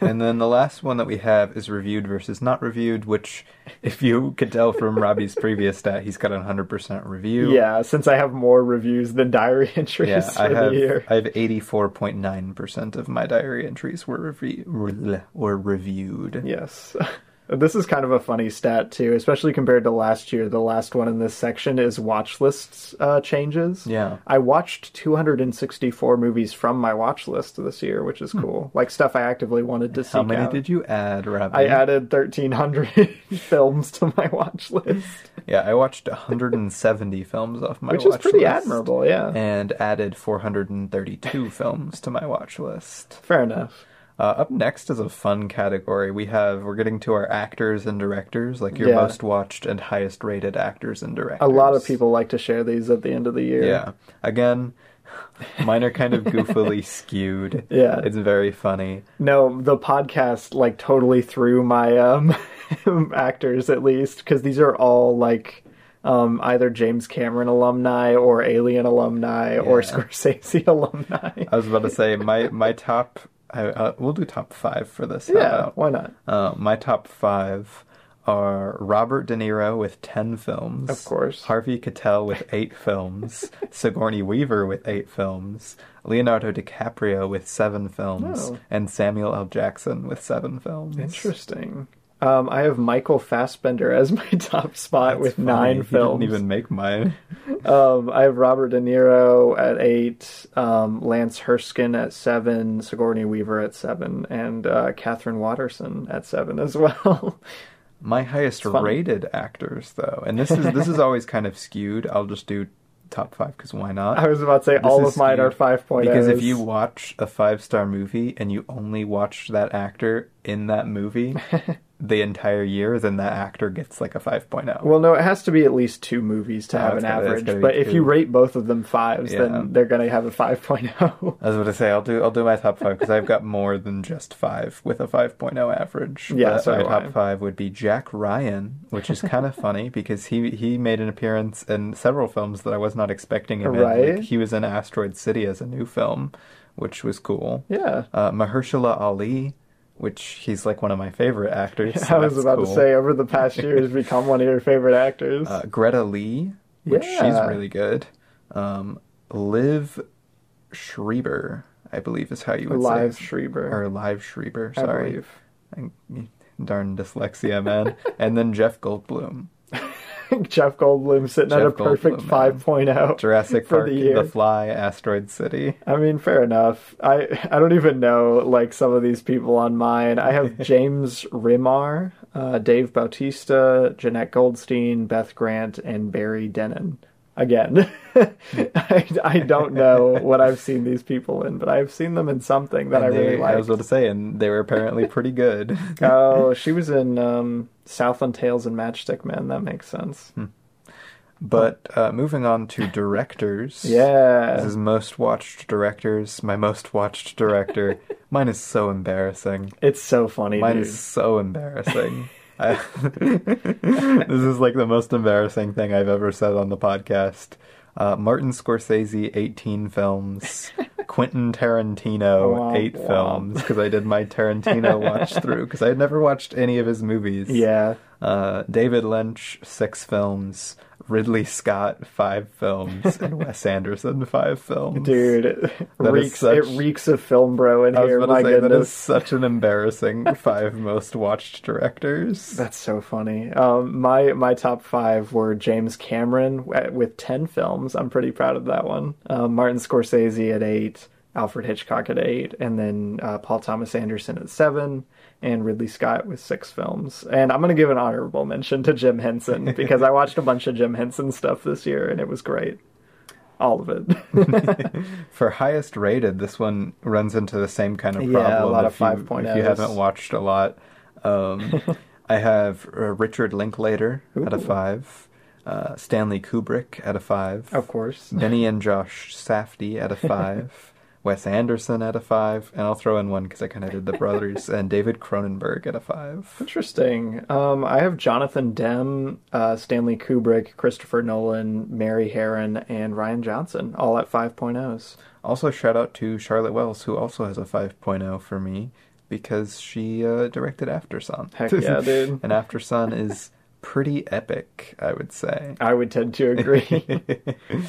[SPEAKER 1] and then the last one that we have is reviewed versus not reviewed, which, if you could tell from Robbie's previous stat, he's got a 100% review.
[SPEAKER 2] Yeah, since I have more reviews than diary entries
[SPEAKER 1] Yeah,
[SPEAKER 2] for
[SPEAKER 1] I have
[SPEAKER 2] the year.
[SPEAKER 1] I have 84.9% of my diary entries were revi- re- were reviewed.
[SPEAKER 2] Yes. This is kind of a funny stat too, especially compared to last year. The last one in this section is watch lists uh, changes.
[SPEAKER 1] Yeah.
[SPEAKER 2] I watched 264 movies from my watch list this year, which is cool. Like stuff I actively wanted to see.
[SPEAKER 1] Hmm. How many did you add, Robbie?
[SPEAKER 2] I added 1,300 films to my watch list,
[SPEAKER 1] Yeah, I watched 170 films off my
[SPEAKER 2] which is
[SPEAKER 1] watch
[SPEAKER 2] pretty
[SPEAKER 1] list
[SPEAKER 2] admirable. Yeah.
[SPEAKER 1] and added 432 films to my watch list.
[SPEAKER 2] Fair enough.
[SPEAKER 1] Uh, up next is a fun category. We have we're getting to our actors and directors, like your
[SPEAKER 2] Yeah.
[SPEAKER 1] most watched and highest rated actors and directors.
[SPEAKER 2] A lot of people like to share these at the end of the year.
[SPEAKER 1] Yeah. Again, mine are kind of goofily skewed.
[SPEAKER 2] Yeah.
[SPEAKER 1] It's very funny.
[SPEAKER 2] No, the podcast like totally threw my um actors at least because these are all like um either James Cameron alumni or Alien alumni or
[SPEAKER 1] Yeah. Uh-huh.
[SPEAKER 2] Scorsese alumni.
[SPEAKER 1] I was about to say my my top. I, uh, we'll do top five for this. How
[SPEAKER 2] yeah,
[SPEAKER 1] about?
[SPEAKER 2] why not?
[SPEAKER 1] Uh, my top five are Robert De Niro with 10 films.
[SPEAKER 2] Of course.
[SPEAKER 1] Harvey Keitel with 8 films. Sigourney Weaver with 8 films. Leonardo DiCaprio with 7 films.
[SPEAKER 2] Oh.
[SPEAKER 1] And Samuel L. Jackson with 7 films.
[SPEAKER 2] Interesting. Um, I have Michael Fassbender as my top spot
[SPEAKER 1] That's
[SPEAKER 2] with
[SPEAKER 1] funny.
[SPEAKER 2] nine
[SPEAKER 1] He
[SPEAKER 2] films.
[SPEAKER 1] didn't even make mine.
[SPEAKER 2] Um, I have Robert De Niro at eight, um, Lance Erskine at seven, Sigourney Weaver at seven, and uh, Catherine Watterson at seven as well.
[SPEAKER 1] My highest
[SPEAKER 2] fun.
[SPEAKER 1] rated actors, though, and this is this is always kind of skewed. I'll just do top five because why not?
[SPEAKER 2] I was about to say
[SPEAKER 1] This
[SPEAKER 2] all
[SPEAKER 1] is
[SPEAKER 2] of mine
[SPEAKER 1] skewed
[SPEAKER 2] are five point
[SPEAKER 1] Because if you watch a five star movie and you only watch that actor in that movie the entire year, then that actor gets like a oh. 5.0.
[SPEAKER 2] well, no, it has to be at least two movies to
[SPEAKER 1] Oh,
[SPEAKER 2] have
[SPEAKER 1] it's
[SPEAKER 2] an
[SPEAKER 1] gotta- it's
[SPEAKER 2] average.
[SPEAKER 1] gotta be
[SPEAKER 2] But if you
[SPEAKER 1] two.
[SPEAKER 2] rate both of them fives,
[SPEAKER 1] Yeah.
[SPEAKER 2] then they're gonna have a oh. 5.0.
[SPEAKER 1] I was about to say I'll do I'll do my top five because I've got more than just five with a 5.0 average.
[SPEAKER 2] Yeah,
[SPEAKER 1] But
[SPEAKER 2] so
[SPEAKER 1] my
[SPEAKER 2] do
[SPEAKER 1] top
[SPEAKER 2] I.
[SPEAKER 1] five would be Jack Ryan, which is kind of funny because he he made an appearance in several films that I was not expecting him in.
[SPEAKER 2] Right.
[SPEAKER 1] Like, he was in Asteroid City as a new film, which was cool.
[SPEAKER 2] yeah,
[SPEAKER 1] uh, Mahershala Ali, which he's like one of my favorite actors. so
[SPEAKER 2] I was
[SPEAKER 1] that's
[SPEAKER 2] about to
[SPEAKER 1] cool.
[SPEAKER 2] say over the past year has become one of your favorite actors.
[SPEAKER 1] uh, Greta Lee, which
[SPEAKER 2] Yeah.
[SPEAKER 1] she's really good. Um, Liv Schreiber, I believe is how you would
[SPEAKER 2] Live
[SPEAKER 1] say,
[SPEAKER 2] Schreiber,
[SPEAKER 1] or Live Schreiber.
[SPEAKER 2] I
[SPEAKER 1] Sorry,
[SPEAKER 2] believe.
[SPEAKER 1] I- darn dyslexia, man. and then Jeff Goldblum,
[SPEAKER 2] Jeff Goldblum sitting at a
[SPEAKER 1] Jeff
[SPEAKER 2] perfect oh.
[SPEAKER 1] Goldblum, man.
[SPEAKER 2] 5.0,
[SPEAKER 1] Jurassic
[SPEAKER 2] For
[SPEAKER 1] Park,
[SPEAKER 2] the year.
[SPEAKER 1] the Fly, Asteroid City.
[SPEAKER 2] I mean, fair enough. I I don't even know like some of these people on mine. I have James Rimar, uh, Dave Bautista, Jeanette Goldstein, Beth Grant, and Barry Denon. Again, I, I don't know what I've seen these people in, but I've seen them in something that
[SPEAKER 1] And
[SPEAKER 2] I
[SPEAKER 1] they-
[SPEAKER 2] really
[SPEAKER 1] I
[SPEAKER 2] like.
[SPEAKER 1] was about to say, and they were apparently pretty good. Hmm.
[SPEAKER 2] oh, she was in um, Southland Tales and Matchstick Men. That makes sense.
[SPEAKER 1] But uh, moving on to directors. This
[SPEAKER 2] Yeah.
[SPEAKER 1] is most watched directors. My most watched director. Mine is so embarrassing.
[SPEAKER 2] It's so funny,
[SPEAKER 1] Mine
[SPEAKER 2] dude.
[SPEAKER 1] is so embarrassing. I, this is like the most embarrassing thing I've ever said on the podcast. Uh, Martin Scorsese, 18 films. Quentin Tarantino,
[SPEAKER 2] Womp
[SPEAKER 1] 8
[SPEAKER 2] womp.
[SPEAKER 1] films. Because I did my Tarantino watch through, because I had never watched any of his movies.
[SPEAKER 2] Yeah.
[SPEAKER 1] Uh, David Lynch, 6 films. Ridley Scott, 5 films. And Wes Anderson, 5 films.
[SPEAKER 2] Dude, it
[SPEAKER 1] That is
[SPEAKER 2] reeks,
[SPEAKER 1] such-
[SPEAKER 2] it reeks of film bro in
[SPEAKER 1] I was
[SPEAKER 2] here.
[SPEAKER 1] about
[SPEAKER 2] My
[SPEAKER 1] to say that is
[SPEAKER 2] goodness,
[SPEAKER 1] such an embarrassing five most watched directors.
[SPEAKER 2] that's so funny. Um, my my top five were James Cameron w- with ten films. I'm pretty proud of that one. Um, Martin Scorsese at eight, Alfred Hitchcock at eight, and then uh, Paul Thomas Anderson at seven, and Ridley Scott with six films. And I'm gonna give an honorable mention to Jim Henson because I watched a bunch of Jim Henson stuff this year, and it was great. All of it.
[SPEAKER 1] For highest rated, this one runs into the same kind of
[SPEAKER 2] Yeah, a
[SPEAKER 1] problem.
[SPEAKER 2] lot of
[SPEAKER 1] if you-
[SPEAKER 2] 5.0s.
[SPEAKER 1] If you haven't watched a lot, um, I have uh, Richard Linklater at a
[SPEAKER 2] Ooh.
[SPEAKER 1] five, uh, Stanley Kubrick at a five,
[SPEAKER 2] of course.
[SPEAKER 1] Benny and Josh Safdie at a five, Wes Anderson at a five, and I'll throw in one because I kind of did the brothers, and David Cronenberg at a five.
[SPEAKER 2] Interesting. Um, I have Jonathan Demme, uh, Stanley Kubrick, Christopher Nolan, Mary Herron, and Ryan Johnson, all at 5.0s.
[SPEAKER 1] Also, shout out to Charlotte Wells, who also has a 5.0 for me because she uh, directed After Sun.
[SPEAKER 2] Heck yeah, dude.
[SPEAKER 1] and After Sun is pretty epic, I would say.
[SPEAKER 2] I would tend to agree.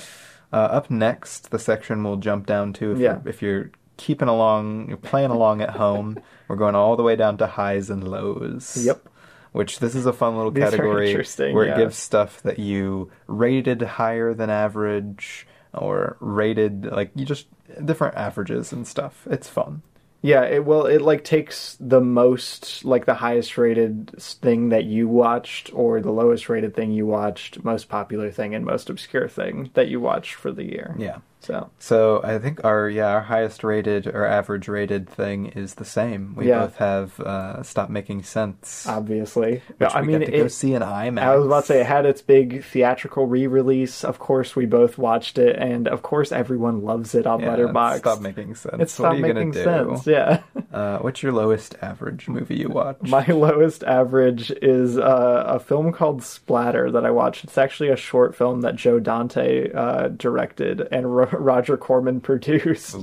[SPEAKER 1] Uh, up next, the section we'll jump down to if,
[SPEAKER 2] Yeah.
[SPEAKER 1] you're, if you're keeping along, you're playing along at home. We're going all the way down to highs and lows.
[SPEAKER 2] Yep.
[SPEAKER 1] Which this is a fun little
[SPEAKER 2] These are
[SPEAKER 1] category
[SPEAKER 2] interesting,
[SPEAKER 1] where
[SPEAKER 2] yeah.
[SPEAKER 1] it gives stuff that you rated higher than average or rated like you just different averages and stuff. It's fun.
[SPEAKER 2] yeah, it well, it like takes the most, like the highest rated s- thing that you watched, or the lowest rated thing you watched, most popular thing, and most obscure thing that you watched for the year.
[SPEAKER 1] Yeah.
[SPEAKER 2] So
[SPEAKER 1] So I think our yeah our highest rated or average rated thing is the same. We
[SPEAKER 2] Yeah.
[SPEAKER 1] both have uh, stop making sense.
[SPEAKER 2] obviously,
[SPEAKER 1] which
[SPEAKER 2] I
[SPEAKER 1] we
[SPEAKER 2] mean,
[SPEAKER 1] got to go
[SPEAKER 2] it-
[SPEAKER 1] see in IMAX.
[SPEAKER 2] I was about to say it had its big theatrical re-release. Of course, we both watched it, and of course, everyone loves it on
[SPEAKER 1] Yeah,
[SPEAKER 2] Letterboxd.
[SPEAKER 1] Stop making sense.
[SPEAKER 2] It's
[SPEAKER 1] what
[SPEAKER 2] stop
[SPEAKER 1] are you
[SPEAKER 2] making
[SPEAKER 1] gonna do?
[SPEAKER 2] sense. Yeah,
[SPEAKER 1] Uh, what's your lowest average movie you watch?
[SPEAKER 2] my lowest average is uh, a film called Splatter that I watched. It's actually a short film that Joe Dante uh, directed and Ro- Roger Corman produced.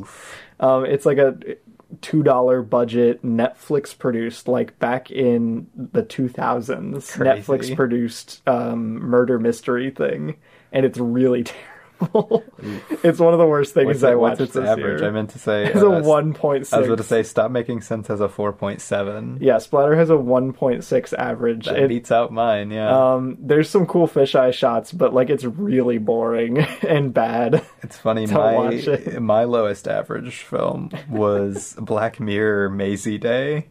[SPEAKER 2] Um, it's like a two dollar budget Netflix produced, like back in the two thousands.
[SPEAKER 1] Crazy.
[SPEAKER 2] Netflix produced um, murder mystery thing, and it's really terrible. it's one of the worst things
[SPEAKER 1] what's,
[SPEAKER 2] I
[SPEAKER 1] it- what's
[SPEAKER 2] watched
[SPEAKER 1] its
[SPEAKER 2] this
[SPEAKER 1] average?
[SPEAKER 2] year.
[SPEAKER 1] I meant to say
[SPEAKER 2] It has
[SPEAKER 1] uh,
[SPEAKER 2] a one point
[SPEAKER 1] I was about to
[SPEAKER 2] six.
[SPEAKER 1] say stop making sense has a four point seven.
[SPEAKER 2] Yeah, Splatter has a one point six average.
[SPEAKER 1] That
[SPEAKER 2] It-
[SPEAKER 1] beats out mine. Yeah,
[SPEAKER 2] um, there's some cool fisheye shots, but like it's really boring and bad.
[SPEAKER 1] it's funny.
[SPEAKER 2] don't
[SPEAKER 1] My
[SPEAKER 2] watch it.
[SPEAKER 1] my lowest average film was Black Mirror Maisie Day,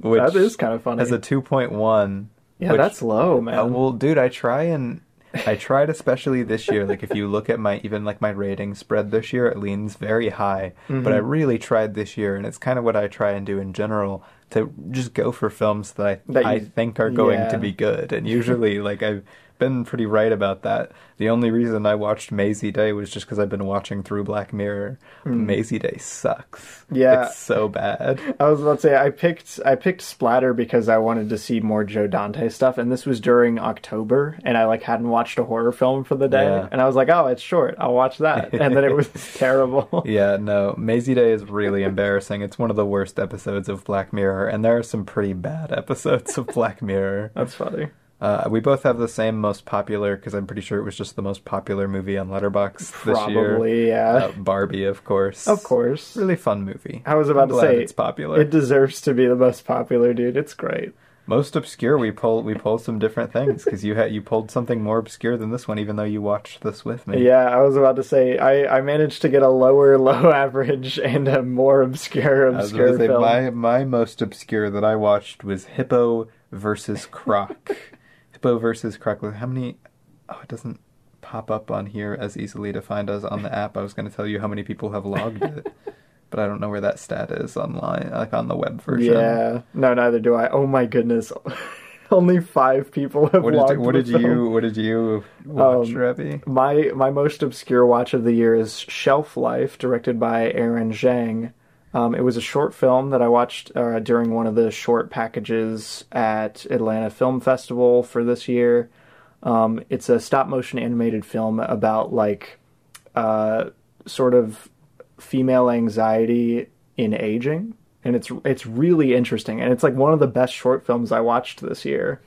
[SPEAKER 1] which
[SPEAKER 2] that is kind of funny.
[SPEAKER 1] has a two point one.
[SPEAKER 2] yeah, that's low, man.
[SPEAKER 1] Uh, well, dude, I try and I tried especially this year. Like, if you look at my even like my rating spread this year, it leans very high. But
[SPEAKER 2] Mm-hmm.
[SPEAKER 1] I really tried this year, and it's kind of what I try and do in general to just go for films that I
[SPEAKER 2] That
[SPEAKER 1] I
[SPEAKER 2] you-
[SPEAKER 1] think are going
[SPEAKER 2] yeah.
[SPEAKER 1] to be good. And usually, like I've been pretty right about that. The only reason I watched Maisie Day was just because I've been watching through Black Mirror. Maisie Day sucks.
[SPEAKER 2] Mm. Yeah.
[SPEAKER 1] it's so bad.
[SPEAKER 2] I was about to say I picked I picked Splatter because I wanted to see more Joe Dante stuff, and this was during October, and I like hadn't watched a horror film for the day,
[SPEAKER 1] Yeah.
[SPEAKER 2] and I was like, oh, it's short, I'll watch that, and then it was terrible.
[SPEAKER 1] Yeah, no, Maisie Day is really embarrassing. It's one of the worst episodes of Black Mirror, and there are some pretty bad episodes of Black Mirror.
[SPEAKER 2] That's funny.
[SPEAKER 1] Uh, we both have the same most popular because I'm pretty sure it was just the most popular movie on Letterboxd this year.
[SPEAKER 2] Probably, yeah.
[SPEAKER 1] Uh, Barbie, of course.
[SPEAKER 2] of course,
[SPEAKER 1] Really fun movie.
[SPEAKER 2] I was about
[SPEAKER 1] I'm
[SPEAKER 2] to
[SPEAKER 1] glad
[SPEAKER 2] say,
[SPEAKER 1] it's popular.
[SPEAKER 2] it deserves to be the most popular, dude. It's great.
[SPEAKER 1] Most obscure. We pull we pulled some different things because you had you pulled something more obscure than this one, even though you watched this with me.
[SPEAKER 2] Yeah, I was about to say I, I managed to get a lower low average and a more obscure
[SPEAKER 1] I was gonna
[SPEAKER 2] obscure
[SPEAKER 1] say,
[SPEAKER 2] film.
[SPEAKER 1] my my most obscure that I watched was Hippo versus Croc. Hippo versus Croc. How many? Oh, it doesn't pop up on here as easily to find us on the app. I was going to tell you how many people have logged it, but I don't know where that stat is online, like on the web version.
[SPEAKER 2] Yeah, no, neither do I. Oh my goodness. Only five people have
[SPEAKER 1] What
[SPEAKER 2] logged.
[SPEAKER 1] did, what
[SPEAKER 2] the
[SPEAKER 1] did you
[SPEAKER 2] film.
[SPEAKER 1] what did you watch,
[SPEAKER 2] Um,
[SPEAKER 1] Rebby?
[SPEAKER 2] My my most obscure watch of the year is Shelf Life, directed by Aaron Zhang. Um, it was a short film that I watched uh, during one of the short packages at Atlanta Film Festival for this year. Um, it's a stop motion animated film about like uh, sort of female anxiety in aging, and it's it's really interesting, and it's like one of the best short films I watched this year.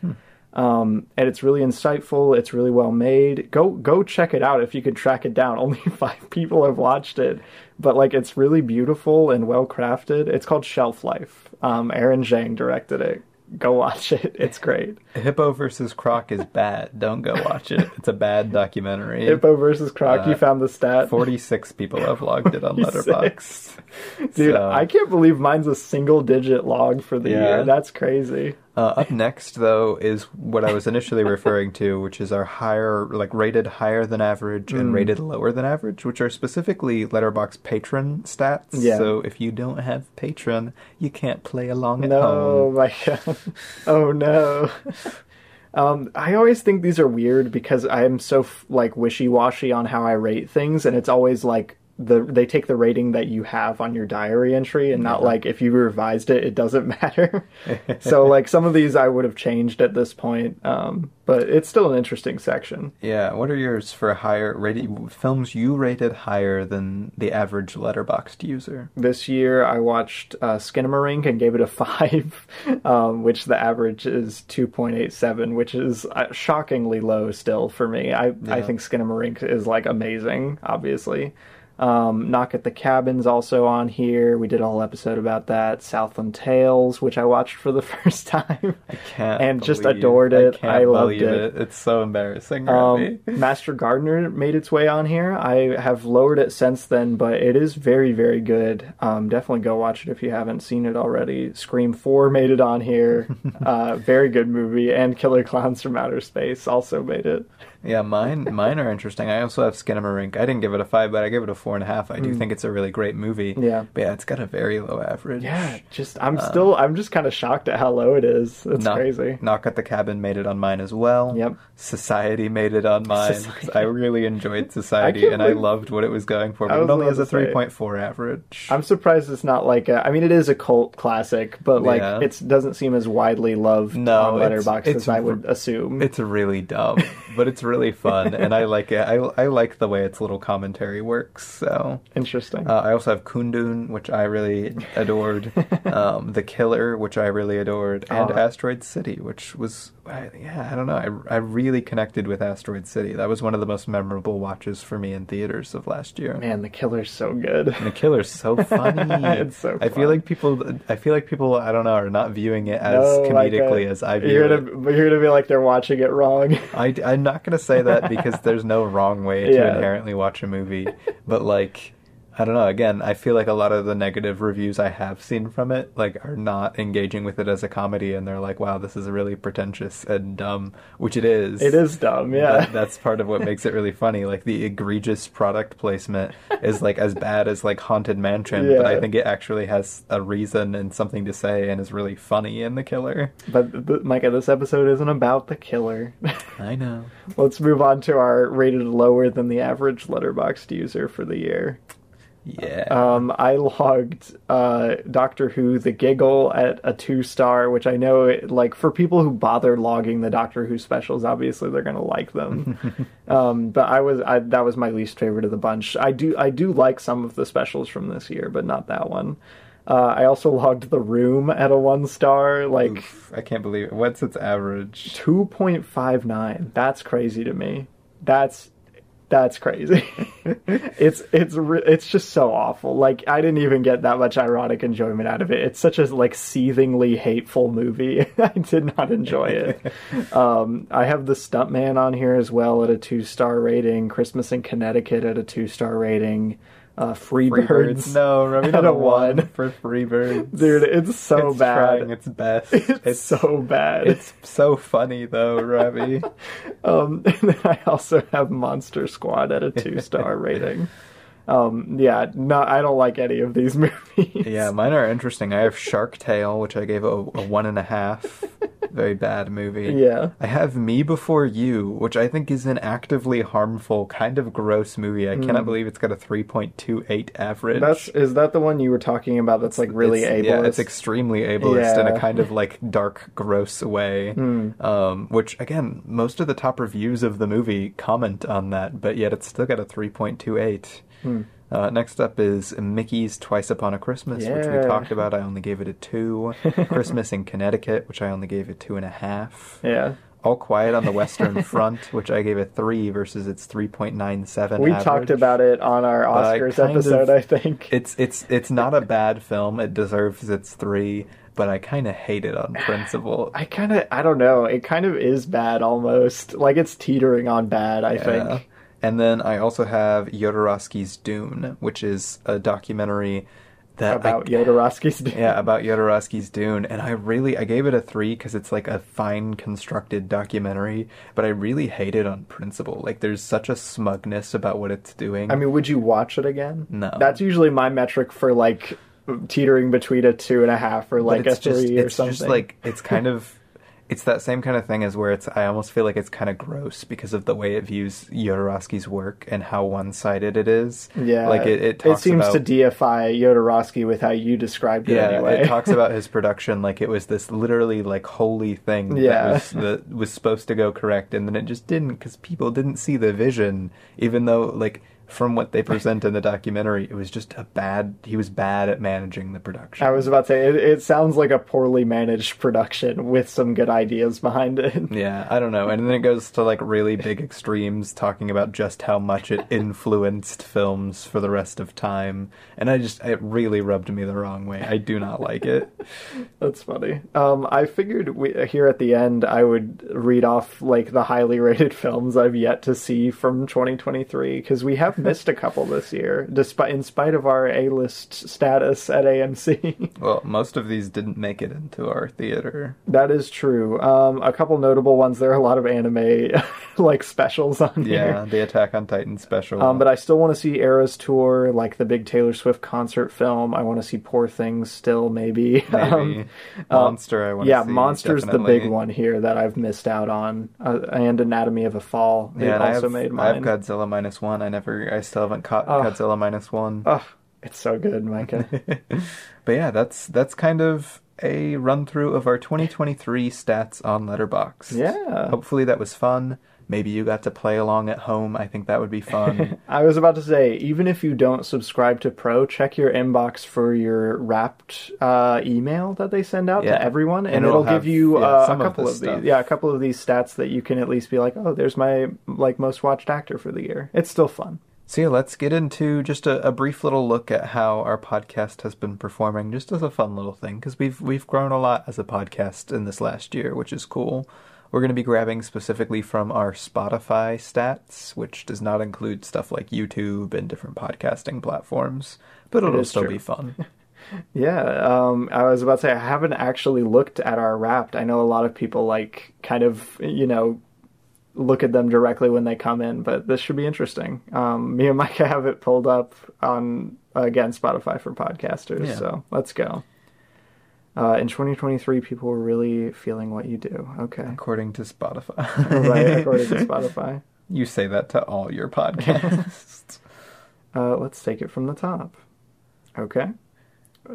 [SPEAKER 2] Um, and it's really insightful. It's really well made. Go go check it out if you could track it down. Only five people have watched it, but like it's really beautiful and well crafted. It's called Shelf Life. Um, Aaron Zhang directed it. Go watch it. It's great.
[SPEAKER 1] Hippo versus Croc is bad. Don't go watch it. It's a bad documentary.
[SPEAKER 2] Hippo versus Croc. you found the stat.
[SPEAKER 1] Forty-six people have logged it on
[SPEAKER 2] 46.
[SPEAKER 1] Letterboxd.
[SPEAKER 2] Dude,
[SPEAKER 1] So-
[SPEAKER 2] I can't believe mine's a single digit log for the
[SPEAKER 1] uh, Yeah.
[SPEAKER 2] year. That's crazy.
[SPEAKER 1] Uh, up next, though, is what I was initially referring to, which is our higher, like rated higher than average
[SPEAKER 2] Mm.
[SPEAKER 1] and rated lower than average, which are specifically Letterbox patron stats.
[SPEAKER 2] Yeah.
[SPEAKER 1] So if you don't have patron, you can't play along at
[SPEAKER 2] No,
[SPEAKER 1] home.
[SPEAKER 2] my god. Oh no. Um, I always think these are weird because I am so f- like wishy-washy on how I rate things, and it's always like the they take the rating that you have on your diary entry, and not like if you revised it, it doesn't matter. so like some of these I would have changed at this point, um, but it's still an interesting section.
[SPEAKER 1] Yeah. What are yours for higher rated films you rated higher than the average Letterboxd user?
[SPEAKER 2] This year I watched uh, Skinamarink and gave it a five, um, which the average is two point eight seven, which is uh, shockingly low still for me. I I think Skinamarink is like amazing, obviously. Um, Knock at the Cabins also on here. We did a whole episode about that. Southland Tales, which I watched for the first time.
[SPEAKER 1] I can't
[SPEAKER 2] And just
[SPEAKER 1] believe-
[SPEAKER 2] adored it.
[SPEAKER 1] I, can't
[SPEAKER 2] I loved
[SPEAKER 1] believe
[SPEAKER 2] it.
[SPEAKER 1] It's so embarrassing.
[SPEAKER 2] Um,
[SPEAKER 1] Robbie.
[SPEAKER 2] Master Gardener made its way on here. I have lowered it since then, but it is very, very good. Um, definitely go watch it if you haven't seen it already. Scream 4 made it on here. uh, very good movie. And Killer Clowns from Outer Space also made it.
[SPEAKER 1] Yeah, mine mine are interesting. I also have Skinamarink. I didn't give it a five, but I gave it a four and a half. I do think it's a really great movie.
[SPEAKER 2] Hmm. Yeah.
[SPEAKER 1] but yeah, it's got a very low average.
[SPEAKER 2] Yeah, just,
[SPEAKER 1] Uh,
[SPEAKER 2] I'm still, I'm just kind of shocked at how low it is. It's
[SPEAKER 1] Knock,
[SPEAKER 2] crazy.
[SPEAKER 1] Knock at the Cabin made it on mine as well.
[SPEAKER 2] Yep.
[SPEAKER 1] Society made it on mine.
[SPEAKER 2] Society.
[SPEAKER 1] I really enjoyed Society,
[SPEAKER 2] can't
[SPEAKER 1] and I
[SPEAKER 2] believe-
[SPEAKER 1] loved what it was going for.
[SPEAKER 2] I
[SPEAKER 1] But
[SPEAKER 2] was
[SPEAKER 1] it only
[SPEAKER 2] about
[SPEAKER 1] has a
[SPEAKER 2] to say.
[SPEAKER 1] three point four average.
[SPEAKER 2] I'm surprised it's not like a, I mean, it is a cult classic, but like
[SPEAKER 1] Yeah.
[SPEAKER 2] it doesn't seem as widely loved
[SPEAKER 1] No,
[SPEAKER 2] on
[SPEAKER 1] it's-
[SPEAKER 2] Letterboxd
[SPEAKER 1] it's
[SPEAKER 2] as I would assume.
[SPEAKER 1] It's really dumb, but it's really fun, and I like it. I I like the way its little commentary works. So
[SPEAKER 2] Interesting.
[SPEAKER 1] Uh, I also have Kundun, which I really adored, um, The Killer, which I really adored, and
[SPEAKER 2] Oh.
[SPEAKER 1] Asteroid City, which was, I, yeah, I don't know. I, I really connected with Asteroid City. That was one of the most memorable watches for me in theaters of last year.
[SPEAKER 2] Man, the killer's so good.
[SPEAKER 1] The Killer's so funny.
[SPEAKER 2] It's so
[SPEAKER 1] I feel
[SPEAKER 2] fun.
[SPEAKER 1] like people, I feel like people, I don't know, are not viewing it as
[SPEAKER 2] No, like, uh,
[SPEAKER 1] comedically as I view
[SPEAKER 2] you're
[SPEAKER 1] it.
[SPEAKER 2] gonna, but You're gonna be like they're watching it wrong.
[SPEAKER 1] I, am not going to say that because there's no wrong way to
[SPEAKER 2] Yeah.
[SPEAKER 1] inherently watch a movie. But, like, I don't know. Again, I feel like a lot of the negative reviews I have seen from it, like, are not engaging with it as a comedy. And they're like, wow, this is really pretentious and dumb, which it is.
[SPEAKER 2] it is dumb, yeah.
[SPEAKER 1] That- that's part of what makes it really funny. Like, the egregious product placement is, like, as bad as, like, Haunted Mansion. But I
[SPEAKER 2] Yeah.
[SPEAKER 1] think it actually has a reason and something to say and is really funny in The Killer.
[SPEAKER 2] but, but Micah, this episode isn't about the killer.
[SPEAKER 1] I know.
[SPEAKER 2] Let's move on to our rated lower than the average letterboxed user for the year.
[SPEAKER 1] Yeah.
[SPEAKER 2] Um, I logged uh, Doctor Who the giggle at a two star, which I know it, like for people who bother logging the Doctor Who specials, obviously they're gonna like them. um, but I was I, that was my least favorite of the bunch. I do I do like some of the specials from this year, but not that one. Uh, I also logged the room at a one star, like
[SPEAKER 1] I can't believe it. What's its average?
[SPEAKER 2] two point five nine. That's crazy to me. That's that's crazy. it's it's re- it's just so awful. Like I didn't even get that much ironic enjoyment out of it. It's such a like seethingly hateful movie. I did not enjoy it. um, I have the stuntman on here as well at a two star rating. Christmas in Connecticut at a two star rating. Uh, Freebirds.
[SPEAKER 1] Freebirds. No, Remy
[SPEAKER 2] At
[SPEAKER 1] got
[SPEAKER 2] a
[SPEAKER 1] a one
[SPEAKER 2] one.
[SPEAKER 1] for Freebirds.
[SPEAKER 2] Dude, it's so
[SPEAKER 1] it's
[SPEAKER 2] bad.
[SPEAKER 1] trying its best.
[SPEAKER 2] it's,
[SPEAKER 1] It's
[SPEAKER 2] so bad.
[SPEAKER 1] it's so funny though, Remy.
[SPEAKER 2] Um, and then I also have Monster Squad at a two star rating. Um, yeah, no, I don't like any of these movies.
[SPEAKER 1] yeah, mine are interesting. I have Shark Tale, which I gave a, a one and a half. very bad movie.
[SPEAKER 2] Yeah.
[SPEAKER 1] I have Me Before You, which I think is an actively harmful, kind of gross movie. I cannot believe it's got a 3.28 average.
[SPEAKER 2] Hmm. That's is that the one you were talking about? That's like really
[SPEAKER 1] it's,
[SPEAKER 2] ableist.
[SPEAKER 1] Yeah, it's extremely ableist in a
[SPEAKER 2] Yeah. Hmm.
[SPEAKER 1] kind of like dark, gross way. Um, which again, most of the top reviews of the movie comment on that, but yet it's still got a 3.28.
[SPEAKER 2] Hmm.
[SPEAKER 1] Uh, next up is Mickey's Twice Upon a Christmas, which we
[SPEAKER 2] Yeah.
[SPEAKER 1] talked about. I only gave it a two. Christmas in Connecticut, which I only gave a two and a half.
[SPEAKER 2] yeah.
[SPEAKER 1] All Quiet on the Western Front, which I gave a three versus its 3.97.
[SPEAKER 2] We
[SPEAKER 1] average.
[SPEAKER 2] talked about it on our
[SPEAKER 1] I
[SPEAKER 2] Oscars
[SPEAKER 1] kind of-
[SPEAKER 2] episode, I think.
[SPEAKER 1] It's it's it's not a bad film. It deserves its three, but I kind of hate it on principle.
[SPEAKER 2] I kind of, I don't know. It kind of is bad almost. Like it's teetering on bad, I
[SPEAKER 1] Yeah.
[SPEAKER 2] think.
[SPEAKER 1] And then I also have Yodorovsky's Dune, which is a documentary that I-
[SPEAKER 2] About Yodorovsky's
[SPEAKER 1] yeah about Yodorovsky's Dune, and I really I gave it a three because it's like a fine constructed documentary, but I really hate it on principle. Like there's such a smugness about what it's doing.
[SPEAKER 2] I mean, would you watch it again?
[SPEAKER 1] No.
[SPEAKER 2] That's usually my metric for like teetering between a two and a half or
[SPEAKER 1] But
[SPEAKER 2] like a three or
[SPEAKER 1] it's
[SPEAKER 2] something.
[SPEAKER 1] just like it's kind of it's that same kind of thing as where it's I almost feel like it's kind of gross because of the way it views Yodorovsky's work and how one-sided it is.
[SPEAKER 2] yeah,
[SPEAKER 1] like it. It, talks
[SPEAKER 2] seems
[SPEAKER 1] about,
[SPEAKER 2] to deify Yodorovsky with how you described it
[SPEAKER 1] yeah,
[SPEAKER 2] anyway.
[SPEAKER 1] it talks about his production like it was this literally like holy thing that
[SPEAKER 2] Yeah.
[SPEAKER 1] was that was supposed to go correct, and then it just didn't because people didn't see the vision, even though like from what they present in the documentary, it was just a bad. He was bad at managing the production.
[SPEAKER 2] I was about to say it, it sounds like a poorly managed production with some good ideas behind it.
[SPEAKER 1] Yeah, I don't know. And then it goes to like really big extremes talking about just how much it influenced films for the rest of time. And I just it really rubbed me the wrong way. I do not like it.
[SPEAKER 2] That's funny. Um, I figured we, here at the end I would read off like the highly rated films I've yet to see from 2023 because we have missed a couple this year, despite in spite of our A-list status at AMC.
[SPEAKER 1] Well, most of these didn't make it into our theater.
[SPEAKER 2] that is true. Um, a couple notable ones. There are a lot of anime like specials on
[SPEAKER 1] Yeah,
[SPEAKER 2] here.
[SPEAKER 1] the Attack on Titan special.
[SPEAKER 2] Um, but I still want to see Eras tour, like the big Taylor Swift concert film. I want to see Poor Things still, maybe.
[SPEAKER 1] maybe
[SPEAKER 2] Um,
[SPEAKER 1] Monster I want
[SPEAKER 2] yeah,
[SPEAKER 1] see,
[SPEAKER 2] Monster's the
[SPEAKER 1] definitely.
[SPEAKER 2] big one here that I've missed out on, uh, and Anatomy of a Fall. They
[SPEAKER 1] Yeah, and I
[SPEAKER 2] also
[SPEAKER 1] have,
[SPEAKER 2] made
[SPEAKER 1] I
[SPEAKER 2] mine.
[SPEAKER 1] have Godzilla minus one. I never, I still haven't caught Godzilla minus one.
[SPEAKER 2] Ugh, it's so good, Micah.
[SPEAKER 1] but yeah, that's that's kind of a run through of our 2023 stats on Letterbox.
[SPEAKER 2] Yeah.
[SPEAKER 1] Hopefully that was fun. Maybe you got to play along at home. I think that would be fun.
[SPEAKER 2] I was about to say, even if you don't subscribe to Pro, check your inbox for your wrapped uh, email that they send out
[SPEAKER 1] Yeah.
[SPEAKER 2] to everyone, and,
[SPEAKER 1] And it'll
[SPEAKER 2] it'll,
[SPEAKER 1] have,
[SPEAKER 2] give you
[SPEAKER 1] yeah,
[SPEAKER 2] uh, a
[SPEAKER 1] some of
[SPEAKER 2] couple
[SPEAKER 1] this
[SPEAKER 2] of,
[SPEAKER 1] stuff.
[SPEAKER 2] these. Yeah, a couple of these stats that you can at least be like, oh, there's my like most watched actor for the year. It's still fun.
[SPEAKER 1] so yeah, let's get into just a, a brief little look at how our podcast has been performing, just as a fun little thing, because we've we've grown a lot as a podcast in this last year, which is cool. We're going to be grabbing specifically from our Spotify stats, which does not include stuff like YouTube and different podcasting platforms, but it'll
[SPEAKER 2] is
[SPEAKER 1] still
[SPEAKER 2] true.
[SPEAKER 1] be fun.
[SPEAKER 2] Yeah, um, I was about to say I haven't actually looked at our Wrapped. I know a lot of people like kind of you know look at them directly when they come in, but this should be interesting. Um, me and Micah have it pulled up on again Spotify for podcasters,
[SPEAKER 1] Yeah.
[SPEAKER 2] so let's go. Uh, in 2023, people were really feeling what you do. Okay,
[SPEAKER 1] According to Spotify.
[SPEAKER 2] right according to Spotify.
[SPEAKER 1] You say that to all your podcasts.
[SPEAKER 2] Uh, let's take it from the top. Okay,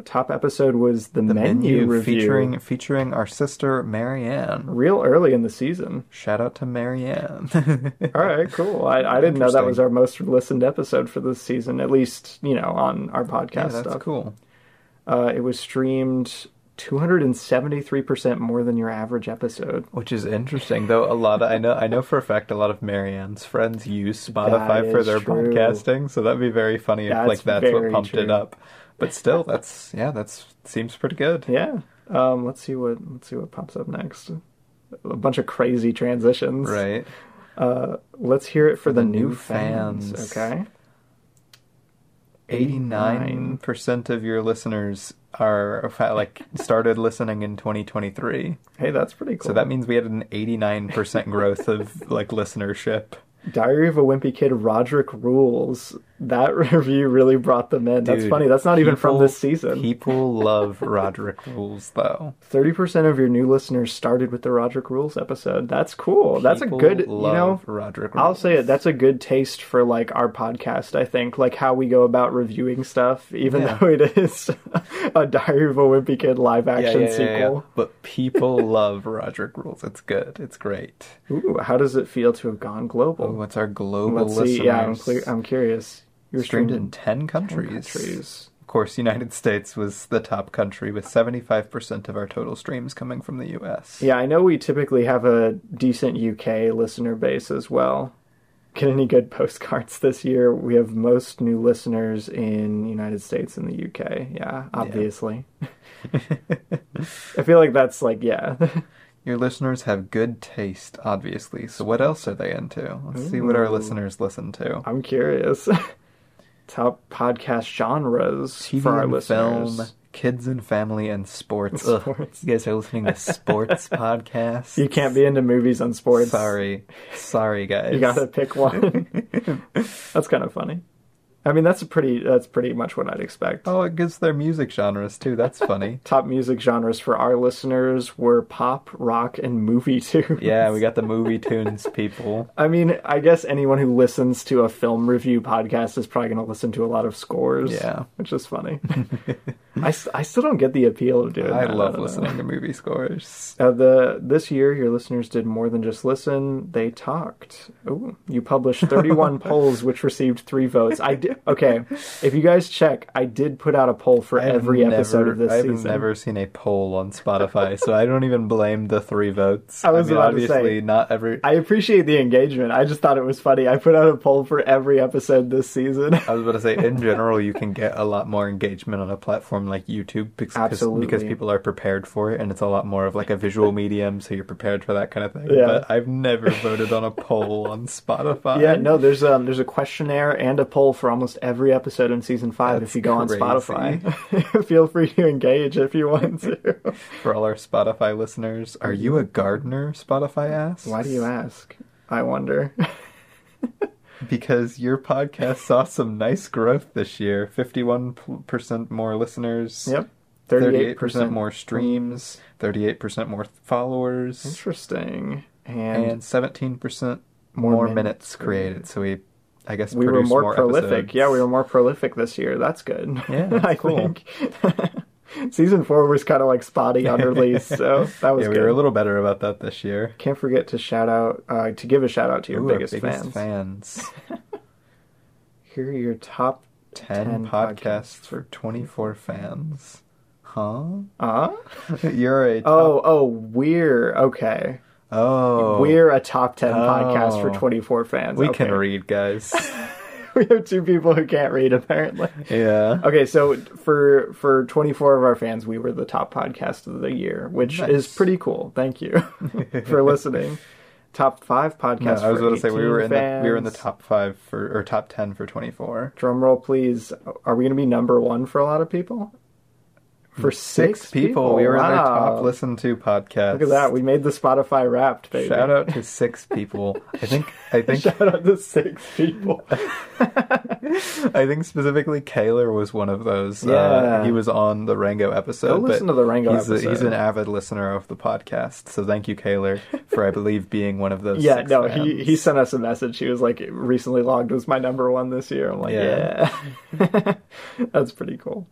[SPEAKER 2] top episode was the, menu,
[SPEAKER 1] Menu
[SPEAKER 2] review.
[SPEAKER 1] featuring featuring our sister Marianne.
[SPEAKER 2] real early in the season.
[SPEAKER 1] Shout out to Marianne.
[SPEAKER 2] All right, cool. I, I didn't know that
[SPEAKER 1] Interesting.
[SPEAKER 2] was our most listened episode for this season, at least, you know, on our podcast
[SPEAKER 1] yeah, that's
[SPEAKER 2] stuff.
[SPEAKER 1] cool.
[SPEAKER 2] Uh, it was streamed 273% more than your average episode.
[SPEAKER 1] Which is interesting, though. A lot of I know I know for a fact a lot of Marianne's friends use Spotify
[SPEAKER 2] That
[SPEAKER 1] for
[SPEAKER 2] is
[SPEAKER 1] their
[SPEAKER 2] true.
[SPEAKER 1] podcasting, so that'd be very funny if
[SPEAKER 2] That's
[SPEAKER 1] like that's what
[SPEAKER 2] very
[SPEAKER 1] pumped it
[SPEAKER 2] true.
[SPEAKER 1] up. But still, that's yeah, that's seems pretty good.
[SPEAKER 2] Yeah. Um, let's see what let's see what pops up next. A bunch of crazy transitions.
[SPEAKER 1] Right.
[SPEAKER 2] Uh, let's hear it for, the,
[SPEAKER 1] the
[SPEAKER 2] new,
[SPEAKER 1] new
[SPEAKER 2] fans.
[SPEAKER 1] fans.
[SPEAKER 2] Okay.
[SPEAKER 1] 89% of your listeners are like started listening in 2023.
[SPEAKER 2] Hey, that's pretty cool.
[SPEAKER 1] So that means we had an 89% growth of like listenership.
[SPEAKER 2] Diary of a Wimpy Kid Roderick rules. that review really brought them in. That's
[SPEAKER 1] Dude,
[SPEAKER 2] funny. That's not even from
[SPEAKER 1] people-
[SPEAKER 2] this season.
[SPEAKER 1] People love Roderick rules, though.
[SPEAKER 2] Thirty percent of your new listeners started with the Roderick Rules episode. That's cool. That's a
[SPEAKER 1] People
[SPEAKER 2] good, you
[SPEAKER 1] love
[SPEAKER 2] know.
[SPEAKER 1] Roderick
[SPEAKER 2] I'll
[SPEAKER 1] rules.
[SPEAKER 2] say it. That's a good taste for like our podcast. I think like how we go about reviewing stuff, even
[SPEAKER 1] Yeah.
[SPEAKER 2] though it is a Diary of a Wimpy Kid live action sequel.
[SPEAKER 1] But people love Roderick rules. It's good. It's great.
[SPEAKER 2] Ooh, how does it feel to have gone global?
[SPEAKER 1] What's our global
[SPEAKER 2] Let's
[SPEAKER 1] listeners?
[SPEAKER 2] see. Yeah, I'm, clear, I'm curious. You were
[SPEAKER 1] streamed
[SPEAKER 2] streamed
[SPEAKER 1] in 10 countries.
[SPEAKER 2] countries.
[SPEAKER 1] Of course, United States was the top country with 75% of our total streams coming from the US.
[SPEAKER 2] Yeah, I know we typically have a decent UK listener base as well. Get any good postcards this year? We have most new listeners in United States and the UK. Yeah, obviously. I feel like that's like yeah.
[SPEAKER 1] Your listeners have good taste, obviously. So what else are they into? Let's see what our listeners listen to.
[SPEAKER 2] I'm curious. Top podcast genres
[SPEAKER 1] TV
[SPEAKER 2] for our
[SPEAKER 1] and
[SPEAKER 2] listeners.
[SPEAKER 1] film, kids and family, and sports. Ugh,
[SPEAKER 2] Sports.
[SPEAKER 1] you guys are listening to sports podcasts.
[SPEAKER 2] You can't be into movies and sports.
[SPEAKER 1] Sorry, sorry guys.
[SPEAKER 2] You gotta pick one. that's kind of funny. I mean, that's a pretty. That's pretty much what I'd expect.
[SPEAKER 1] Oh, it gives their music genres too. That's funny.
[SPEAKER 2] top music genres for our listeners were pop, rock, and movie too.
[SPEAKER 1] yeah, we got the movie tunes people.
[SPEAKER 2] I mean, I guess anyone who listens to a film review podcast is probably going to listen to a lot of scores.
[SPEAKER 1] Yeah.
[SPEAKER 2] Which is funny. I, s- I still don't get the appeal of doing
[SPEAKER 1] I
[SPEAKER 2] that.
[SPEAKER 1] love
[SPEAKER 2] don't know.
[SPEAKER 1] listening to movie scores.
[SPEAKER 2] Uh, the this year, your listeners did more than just listen; they talked. Ooh, you published 31 polls, which received three votes. I did, okay. If you guys check, I did put out a poll for every episode of this
[SPEAKER 1] I've
[SPEAKER 2] season.
[SPEAKER 1] never seen a poll on Spotify, so I don't even blame the three votes.
[SPEAKER 2] I was about to
[SPEAKER 1] obviously
[SPEAKER 2] say-
[SPEAKER 1] not every. I,
[SPEAKER 2] I appreciate the engagement. I just thought it was funny. I put out a poll for every episode this season.
[SPEAKER 1] was about to say, in general, you can get a lot more engagement on a platform like YouTube because
[SPEAKER 2] Absolutely.
[SPEAKER 1] because people are prepared for it, and it's a lot more of like a visual medium, so you're prepared for that kind of thing.
[SPEAKER 2] Yeah.
[SPEAKER 1] But I've never voted on a poll on Spotify.
[SPEAKER 2] yeah, no, there's um there's a questionnaire and a poll for almost every episode in season 5 if
[SPEAKER 1] That's
[SPEAKER 2] you go
[SPEAKER 1] crazy.
[SPEAKER 2] on Spotify. Feel free to engage if you want to.
[SPEAKER 1] For all our Spotify listeners, are you a gardener? Spotify asks.
[SPEAKER 2] Why do you ask? I wonder.
[SPEAKER 1] Because your podcast saw some nice growth this year. 51% more listeners.
[SPEAKER 2] Yep.
[SPEAKER 1] 38% more streams, 38% more th- followers,
[SPEAKER 2] Interesting. And,
[SPEAKER 1] and 17%
[SPEAKER 2] More
[SPEAKER 1] more,
[SPEAKER 2] minutes
[SPEAKER 1] minutes, created. So we, I guess,
[SPEAKER 2] we were
[SPEAKER 1] produced
[SPEAKER 2] more, prolific.
[SPEAKER 1] episodes.
[SPEAKER 2] Yeah, we were more prolific this year. That's good.
[SPEAKER 1] Yeah, that's
[SPEAKER 2] I
[SPEAKER 1] cool.
[SPEAKER 2] think. season 4 was kind of like spotty on release, so that was
[SPEAKER 1] yeah,
[SPEAKER 2] good.
[SPEAKER 1] we were a little better about that this year.
[SPEAKER 2] Can't forget to shout out uh, to give a shout out to your
[SPEAKER 1] Ooh, our
[SPEAKER 2] biggest, fans.
[SPEAKER 1] fans.
[SPEAKER 2] Here are your top
[SPEAKER 1] 10, podcasts, for 24 fans. Huh?
[SPEAKER 2] Uh?
[SPEAKER 1] You're a top-
[SPEAKER 2] Oh, oh, we're okay.
[SPEAKER 1] oh.
[SPEAKER 2] We're a top ten
[SPEAKER 1] Oh.
[SPEAKER 2] podcast for twenty four fans.
[SPEAKER 1] we
[SPEAKER 2] Okay.
[SPEAKER 1] can read, guys.
[SPEAKER 2] we have two people who can't read apparently.
[SPEAKER 1] yeah.
[SPEAKER 2] Okay, so for for twenty four of our fans, we were the top podcast of the year, which
[SPEAKER 1] Nice.
[SPEAKER 2] is pretty cool. Thank you for listening. top five
[SPEAKER 1] No,
[SPEAKER 2] podcast.
[SPEAKER 1] I was
[SPEAKER 2] for
[SPEAKER 1] going to say we
[SPEAKER 2] 18
[SPEAKER 1] were in the we were in the
[SPEAKER 2] fans.
[SPEAKER 1] top five for or top ten for twenty four.
[SPEAKER 2] Drum roll, please. Are we going to be number one for a lot of people? For six,
[SPEAKER 1] people, we were in their
[SPEAKER 2] Wow.
[SPEAKER 1] top listened to podcast.
[SPEAKER 2] Look at that. We made the Spotify Wrapped, baby.
[SPEAKER 1] Shout out to six people. I think I think
[SPEAKER 2] Shout out to six people.
[SPEAKER 1] I think specifically Kaylor was one of those.
[SPEAKER 2] Yeah.
[SPEAKER 1] Uh, he was on the Rango episode.
[SPEAKER 2] Go listen
[SPEAKER 1] but
[SPEAKER 2] to the Rango
[SPEAKER 1] he's A, he's
[SPEAKER 2] episode.
[SPEAKER 1] an avid listener of the podcast, so thank you, Kaylor, for I believe being one of those.
[SPEAKER 2] yeah,
[SPEAKER 1] six
[SPEAKER 2] no,
[SPEAKER 1] fans.
[SPEAKER 2] he, he sent us a message. He was like, "It recently logged was my number one this year. I'm like, yeah.
[SPEAKER 1] Yeah.
[SPEAKER 2] That's pretty cool.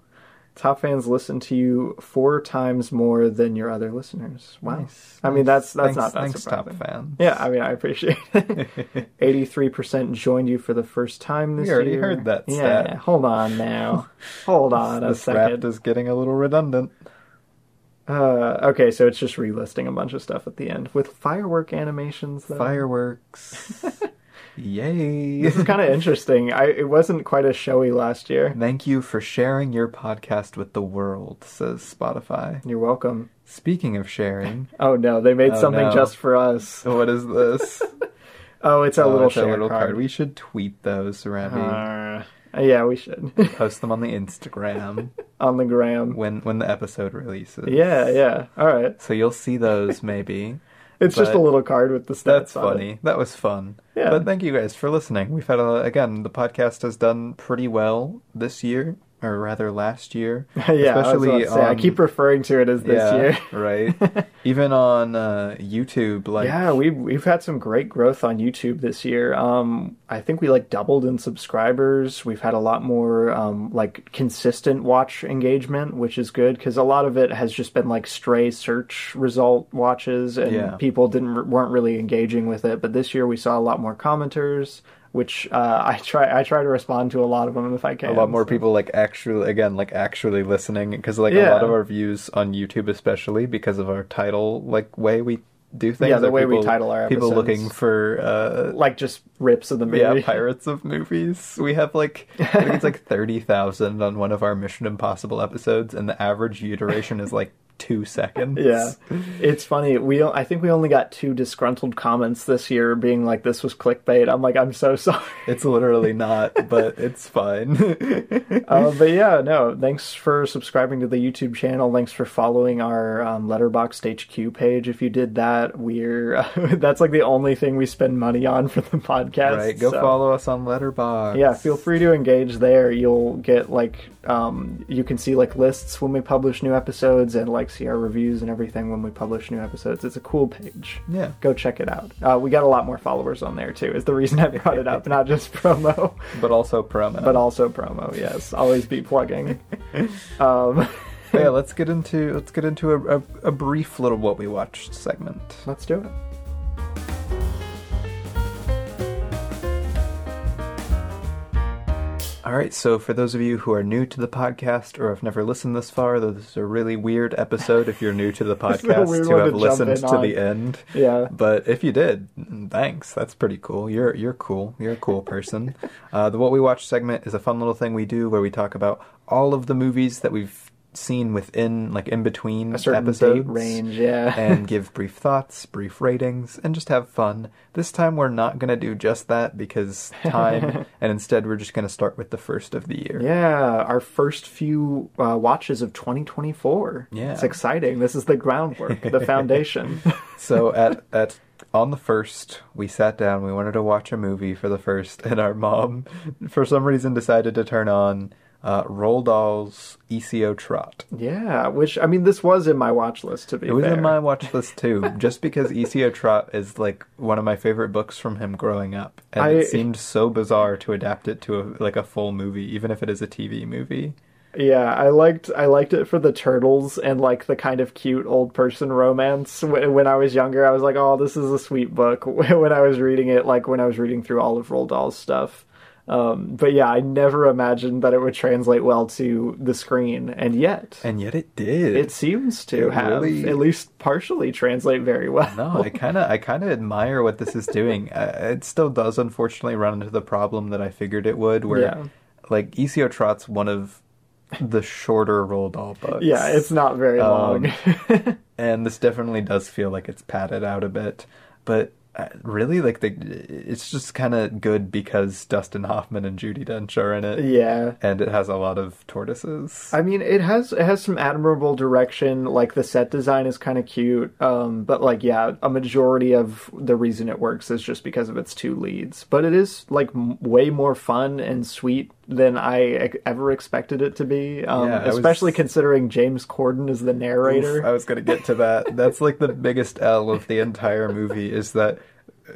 [SPEAKER 2] Top fans listen to you four times more than your other listeners. Wow.
[SPEAKER 1] Nice,
[SPEAKER 2] I mean, that's that's
[SPEAKER 1] thanks,
[SPEAKER 2] not that
[SPEAKER 1] thanks,
[SPEAKER 2] surprising.
[SPEAKER 1] top fan.
[SPEAKER 2] Yeah, I mean, I appreciate it. Eighty-three percent joined you for the first time this
[SPEAKER 1] We already
[SPEAKER 2] year.
[SPEAKER 1] heard that
[SPEAKER 2] Yeah,
[SPEAKER 1] stat.
[SPEAKER 2] hold on now. hold on a
[SPEAKER 1] This rap
[SPEAKER 2] second.
[SPEAKER 1] is getting a little redundant.
[SPEAKER 2] Uh, okay, so it's just relisting a bunch of stuff at the end with firework animations. Though.
[SPEAKER 1] Fireworks. Yay.
[SPEAKER 2] This is kind of interesting. I it wasn't quite as showy last year.
[SPEAKER 1] Thank you for sharing your podcast with the world, says Spotify.
[SPEAKER 2] You're welcome.
[SPEAKER 1] Speaking of sharing,
[SPEAKER 2] Oh no, they made
[SPEAKER 1] Oh,
[SPEAKER 2] something
[SPEAKER 1] no.
[SPEAKER 2] just for us.
[SPEAKER 1] what is this?
[SPEAKER 2] Oh, it's a
[SPEAKER 1] Oh,
[SPEAKER 2] little
[SPEAKER 1] it's a
[SPEAKER 2] share
[SPEAKER 1] little
[SPEAKER 2] card.
[SPEAKER 1] We should tweet those, Remy.
[SPEAKER 2] Uh, yeah, we should
[SPEAKER 1] Post them on the Instagram
[SPEAKER 2] on the gram.
[SPEAKER 1] when when the episode releases.
[SPEAKER 2] Yeah, yeah. All right.
[SPEAKER 1] So you'll see those maybe.
[SPEAKER 2] It's just
[SPEAKER 1] But
[SPEAKER 2] a little card with the stats.
[SPEAKER 1] That's
[SPEAKER 2] on it.
[SPEAKER 1] funny. That was fun.
[SPEAKER 2] Yeah.
[SPEAKER 1] But thank you guys for listening. We've had a, again, the podcast has done pretty well this year, or rather last year.
[SPEAKER 2] yeah, I, was about to say, I
[SPEAKER 1] on-
[SPEAKER 2] keep referring to it as this
[SPEAKER 1] yeah,
[SPEAKER 2] year.
[SPEAKER 1] right. Even on uh, YouTube, like
[SPEAKER 2] Yeah, we've we've had some great growth on YouTube this year. Um, I think we like doubled in subscribers. We've had a lot more um, like consistent watch engagement, which is good because a lot of it has just been like stray search result watches, and
[SPEAKER 1] Yeah.
[SPEAKER 2] people didn't weren't really engaging with it. But this year we saw a lot more commenters, which uh, I try I try to respond to a lot of them if I can.
[SPEAKER 1] a lot more
[SPEAKER 2] so-
[SPEAKER 1] people like actually again like actually listening because like a
[SPEAKER 2] Yeah.
[SPEAKER 1] lot of our views on YouTube especially because of our title like way we do things
[SPEAKER 2] Yeah, the
[SPEAKER 1] are
[SPEAKER 2] way we
[SPEAKER 1] people-
[SPEAKER 2] title our
[SPEAKER 1] people
[SPEAKER 2] episodes.
[SPEAKER 1] looking for uh
[SPEAKER 2] like just rips of the movie.
[SPEAKER 1] yeah pirates of movies we have like I think it's like 30,000 on one of our Mission Impossible episodes and the average view duration is like 2 seconds
[SPEAKER 2] Yeah, it's funny. We I think we only got two disgruntled comments this year, being like, "This was clickbait." I'm like, I'm so sorry.
[SPEAKER 1] it's literally not but it's fine
[SPEAKER 2] Uh, but yeah, no. Thanks for subscribing to the YouTube channel. Thanks for following our um, Letterboxd HQ page. If you did that, we're that's like the only thing we spend money on for the podcast.
[SPEAKER 1] right go
[SPEAKER 2] so-
[SPEAKER 1] follow us on Letterboxd
[SPEAKER 2] Yeah, feel free to engage there. You'll get like um, you can see like lists when we publish new episodes and like see our reviews and everything when we publish new episodes. It's a cool page.
[SPEAKER 1] yeah
[SPEAKER 2] go check it out. Uh, we got a lot more followers on there too. Is the reason I brought it up, not just promo,
[SPEAKER 1] but also promo
[SPEAKER 2] but also promo. Yes, always be plugging. Um,
[SPEAKER 1] yeah, let's get into let's get into a, a, a brief little what we watched segment.
[SPEAKER 2] let's do it.
[SPEAKER 1] All right, so for those of you who are new to the podcast or have never listened this far, though this is a really weird episode if you're new to the
[SPEAKER 2] is a
[SPEAKER 1] podcast
[SPEAKER 2] weird
[SPEAKER 1] to
[SPEAKER 2] one to
[SPEAKER 1] have
[SPEAKER 2] jump
[SPEAKER 1] listened
[SPEAKER 2] in
[SPEAKER 1] to
[SPEAKER 2] on.
[SPEAKER 1] the end.
[SPEAKER 2] Yeah.
[SPEAKER 1] But if you did, thanks. That's pretty cool. You're you're cool. You're a cool person. uh, the what we watch segment is a fun little thing we do where we talk about all of the movies that we've seen within like in between
[SPEAKER 2] A certain
[SPEAKER 1] episodes
[SPEAKER 2] date range, yeah.
[SPEAKER 1] and give brief thoughts, brief ratings, and just have fun. This time we're not going to do just that because time, and instead we're just going to start with the first of the year.
[SPEAKER 2] yeah, our first few uh, watches of 2024.
[SPEAKER 1] Yeah.
[SPEAKER 2] It's exciting. This is the groundwork, the foundation.
[SPEAKER 1] So at at on the first, we sat down, we wanted to watch a movie for the first, and our mom for some reason decided to turn on uh, Roald Dahl's ECO Trot.
[SPEAKER 2] yeah, which, I mean, this was in my watch list, to be
[SPEAKER 1] It was
[SPEAKER 2] fair.
[SPEAKER 1] in my watch list too, just because ECO Trot is like one of my favorite books from him growing up, and
[SPEAKER 2] I-
[SPEAKER 1] it seemed so bizarre to adapt it to a, like a full movie, even if it is a TV movie.
[SPEAKER 2] Yeah, I liked I liked it for the turtles and like the kind of cute old person romance. When, when I was younger, I was like, "Oh, this is a sweet book." When I was reading it, like when I was reading through all of Roald Dahl's stuff. Um, but yeah, I never imagined that it would translate well to the screen, and yet
[SPEAKER 1] And yet it did.
[SPEAKER 2] it seems to
[SPEAKER 1] It
[SPEAKER 2] have
[SPEAKER 1] really-
[SPEAKER 2] at least partially translate very well.
[SPEAKER 1] no, I kind of I kind of admire what this is doing. uh, it still does unfortunately run into the problem that I figured it would where
[SPEAKER 2] Yeah.
[SPEAKER 1] like ECO Trot's one of the shorter Roald Dahl books.
[SPEAKER 2] Yeah, it's not very
[SPEAKER 1] Um,
[SPEAKER 2] long.
[SPEAKER 1] and this definitely does feel like it's padded out a bit but uh, really like the it's just kind of good because dustin hoffman and judy dench are in it
[SPEAKER 2] yeah.
[SPEAKER 1] and it has a lot of tortoises
[SPEAKER 2] I mean, it has it has some admirable direction. Like the set design is kind of cute, um, but like yeah, a majority of the reason it works is just because of its two leads. But it is like m- way more fun and sweet than I e- ever expected it to be. Um,
[SPEAKER 1] Yeah, I was-
[SPEAKER 2] especially considering James Corden is the narrator.
[SPEAKER 1] Oof, I was gonna get to that. That's like the biggest L of the entire movie is that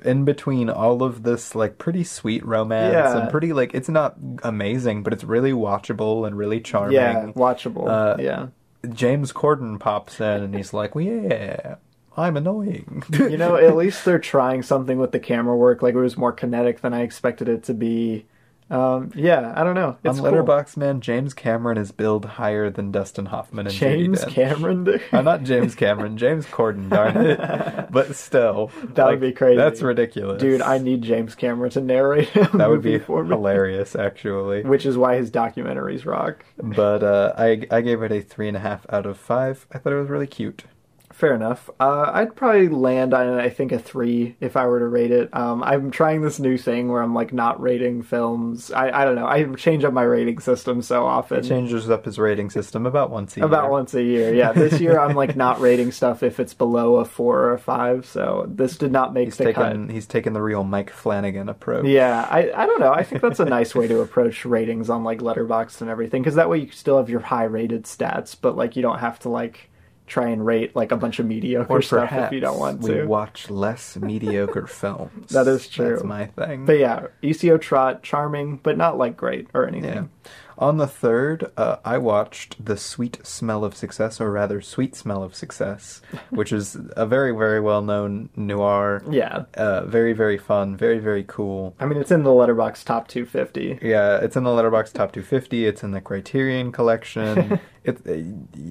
[SPEAKER 1] in between all of this like pretty sweet romance
[SPEAKER 2] Yeah.
[SPEAKER 1] and pretty like it's not amazing, but it's really watchable and really charming.
[SPEAKER 2] yeah, watchable.
[SPEAKER 1] Uh,
[SPEAKER 2] yeah.
[SPEAKER 1] James Corden pops in and he's like, well, "Yeah, I'm annoying."
[SPEAKER 2] You know, at least they're trying something with the camera work. Like it was more kinetic than I expected it to be. Um, yeah, I don't know.
[SPEAKER 1] On
[SPEAKER 2] It's cool.
[SPEAKER 1] Letterboxd, man, James Cameron is billed higher than Dustin Hoffman and Judi
[SPEAKER 2] James
[SPEAKER 1] Dench.
[SPEAKER 2] Cameron. dude.
[SPEAKER 1] Uh, not James Cameron, James Corden, darn it. But still,
[SPEAKER 2] That would be crazy.
[SPEAKER 1] That's ridiculous,
[SPEAKER 2] Dude, I need James Cameron to narrate a
[SPEAKER 1] that would be
[SPEAKER 2] movie for me,
[SPEAKER 1] hilarious, actually.
[SPEAKER 2] which is why his documentaries rock.
[SPEAKER 1] But uh, I I gave it a three and a half out of five. I thought it was really cute.
[SPEAKER 2] Fair enough. Uh, I'd probably land on I think a three if I were to rate it. Um, I'm trying this new thing where I'm like not rating films. I, I don't know. I change up my rating system so often.
[SPEAKER 1] He changes up his rating system about once a year.
[SPEAKER 2] Mm. About once a year, yeah. This year I'm like not rating stuff if it's below a four or a five. So this did not make
[SPEAKER 1] He's
[SPEAKER 2] the cut.
[SPEAKER 1] taken, he's taken the real Mike Flanagan approach.
[SPEAKER 2] Yeah, I, I don't know. I think that's a nice way to approach ratings on like Letterboxd and everything because that way you still have your high rated stats, but like you don't have to like try and rate like a bunch of mediocre
[SPEAKER 1] Or
[SPEAKER 2] stuff
[SPEAKER 1] perhaps
[SPEAKER 2] if you don't want
[SPEAKER 1] we
[SPEAKER 2] to.
[SPEAKER 1] watch less mediocre films.
[SPEAKER 2] That is true.
[SPEAKER 1] That's my thing.
[SPEAKER 2] but yeah, ECO Trot, charming, but not like great or
[SPEAKER 1] Yeah.
[SPEAKER 2] anything.
[SPEAKER 1] On the third, uh, I watched The Sweet Smell of Success, or rather, Sweet Smell of Success, which is a very, very well known noir.
[SPEAKER 2] Yeah.
[SPEAKER 1] Uh, very, very fun, very, very cool.
[SPEAKER 2] I mean, it's in the Letterbox top 250.
[SPEAKER 1] Yeah, it's in the Letterbox Top 250. It's in the Criterion Collection. it, uh,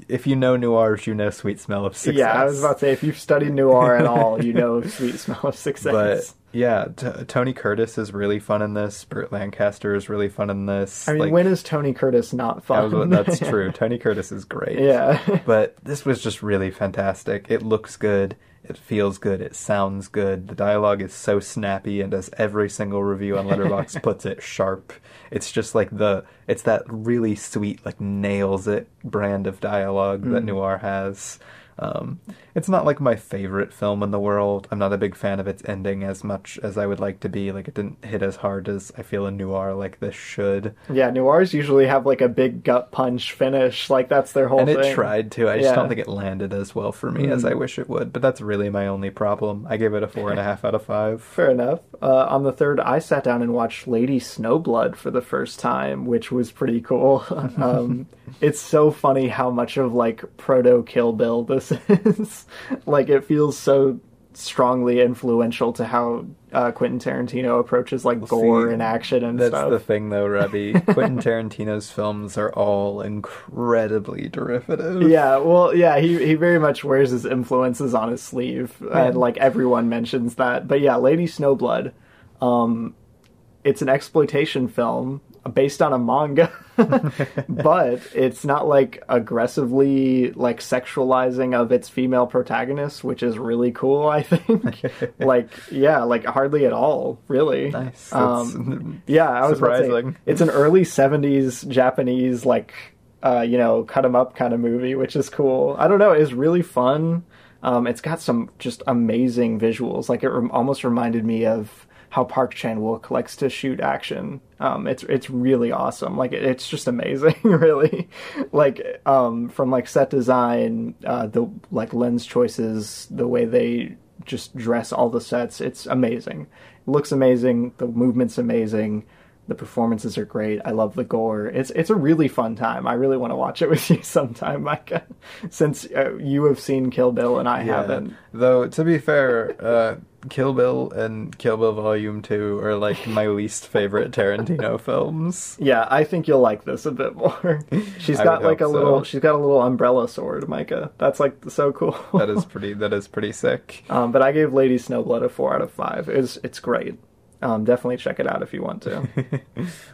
[SPEAKER 1] if you know noirs, you know Sweet Smell of Success.
[SPEAKER 2] Yeah, I was about to say if you've studied noir at all, you know of Sweet Smell of
[SPEAKER 1] But
[SPEAKER 2] Success.
[SPEAKER 1] yeah, t- Tony Curtis is really fun in this. Burt Lancaster is really fun in this.
[SPEAKER 2] I mean,
[SPEAKER 1] Like,
[SPEAKER 2] when is Tony Curtis not
[SPEAKER 1] that was-
[SPEAKER 2] fun?
[SPEAKER 1] that's true. Tony Curtis is great.
[SPEAKER 2] yeah.
[SPEAKER 1] but this was just really fantastic. It looks good. It feels good. It sounds good. The dialogue is so snappy, and as every single review on Letterboxd puts it, sharp. It's just like the it's that really sweet, like nails it brand of dialogue that Noir has. Um, it's not like my favorite film in the world. I'm not a big fan of its ending as much as I would like to be. Like it didn't hit as hard as I feel a noir like this should.
[SPEAKER 2] Yeah, noirs usually have like a big gut punch finish. Like that's their whole
[SPEAKER 1] and
[SPEAKER 2] thing.
[SPEAKER 1] it tried to. I just
[SPEAKER 2] Yeah. Mm.
[SPEAKER 1] don't think it landed as well for me as I wish it would. But that's really my only problem. I gave it a four and a half out of five.
[SPEAKER 2] Fair enough. Uh, on the third, I sat down and watched Lady Snowblood for the first time, which was pretty cool. um, it's so funny how much of like proto Kill Bill this is. like it feels so strongly influential to how uh, Quentin Tarantino approaches like gore
[SPEAKER 1] see,
[SPEAKER 2] and action and
[SPEAKER 1] That's
[SPEAKER 2] stuff.
[SPEAKER 1] the thing, though, Robbie. Quentin Tarantino's films are all incredibly derivative.
[SPEAKER 2] Yeah, well, yeah, he, he very much wears his influences on his sleeve, and like everyone mentions that. But yeah, Lady Snowblood, um, it's an exploitation film based on a manga, but it's not like aggressively like sexualizing of its female protagonist, which is really cool. I think, like, yeah, like hardly at all, really.
[SPEAKER 1] Nice. That's-
[SPEAKER 2] Um, yeah, I was about to say,
[SPEAKER 1] Surprising.
[SPEAKER 2] it's an early '70s Japanese like uh, you know cut 'em up kind of movie, which is cool. I don't know, it's really fun. Um, it's got some just amazing visuals. Like it rem- almost reminded me of how Park Chan Wook likes to shoot action. Um, it's it's really awesome. Like it, it's just amazing, really. like um, from like set design, uh, the like lens choices, the way they just dress all the sets. It's amazing. It looks amazing. The movement's amazing. The performances are great. I love the gore. It's it's a really fun time. I really want to watch it with you sometime, Micah, since uh, you have seen Kill Bill and I
[SPEAKER 1] Yeah.
[SPEAKER 2] haven't.
[SPEAKER 1] Though to be fair, uh, Kill Bill and Kill Bill Volume Two are like my least favorite Tarantino films.
[SPEAKER 2] Yeah, I think you'll like this a bit more. She's
[SPEAKER 1] I
[SPEAKER 2] got
[SPEAKER 1] would
[SPEAKER 2] like a
[SPEAKER 1] hope so.
[SPEAKER 2] little she's got a little umbrella sword, Micah. That's like so cool.
[SPEAKER 1] That is pretty. That is pretty sick.
[SPEAKER 2] Um, but I gave Lady Snowblood a four out of five. It's it's great. Um, definitely check it out if you want to.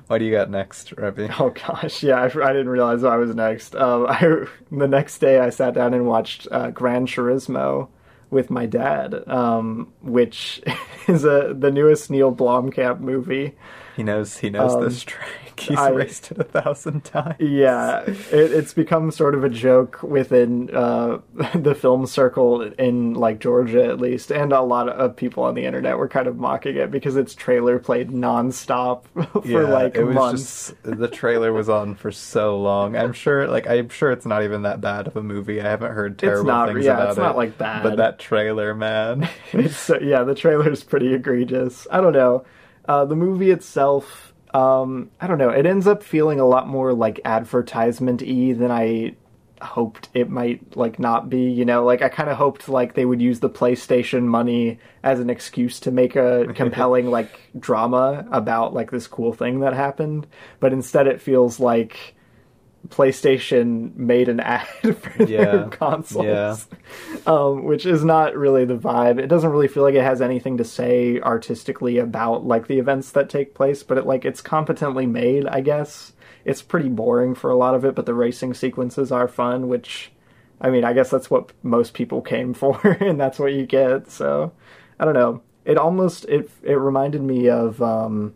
[SPEAKER 1] what do you got next, Robbie?
[SPEAKER 2] Oh gosh, yeah, I, I didn't realize I was next. Um, I the next day I sat down and watched uh, Gran Turismo with my dad, um, which is a the newest Neil Blomkamp movie.
[SPEAKER 1] He knows. He knows
[SPEAKER 2] Um,
[SPEAKER 1] this track. He's
[SPEAKER 2] I-
[SPEAKER 1] raced it a thousand times.
[SPEAKER 2] Yeah, it, it's become sort of a joke within uh, the film circle in like Georgia, at least, and a lot of people on the internet were kind of mocking it because its trailer played nonstop for like
[SPEAKER 1] it was
[SPEAKER 2] months.
[SPEAKER 1] just the trailer was on for so long. I'm sure, like I'm sure it's not even that bad of a movie. I haven't heard terrible
[SPEAKER 2] not-
[SPEAKER 1] things
[SPEAKER 2] yeah,
[SPEAKER 1] about
[SPEAKER 2] it's not,
[SPEAKER 1] it,
[SPEAKER 2] like, bad.
[SPEAKER 1] But that trailer, man,
[SPEAKER 2] it's so, yeah, the trailer's pretty egregious. I don't know. Uh, the movie itself, um, I don't know. It ends up feeling a lot more like advertisement y than I hoped it might like not be you know like i kind of hoped like they would use the playstation money as an excuse to make a compelling like drama about like this cool thing that happened but instead it feels like PlayStation made an ad for
[SPEAKER 1] Yeah.
[SPEAKER 2] their consoles,
[SPEAKER 1] Yeah.
[SPEAKER 2] um, which is not really the vibe. It doesn't really feel like it has anything to say artistically about like the events that take place, but it like it's competently made, I guess. It's pretty boring for a lot of it, but the racing sequences are fun, which I mean, I guess that's what most people came for, and that's what you get. So, I don't know. It almost it it reminded me of um,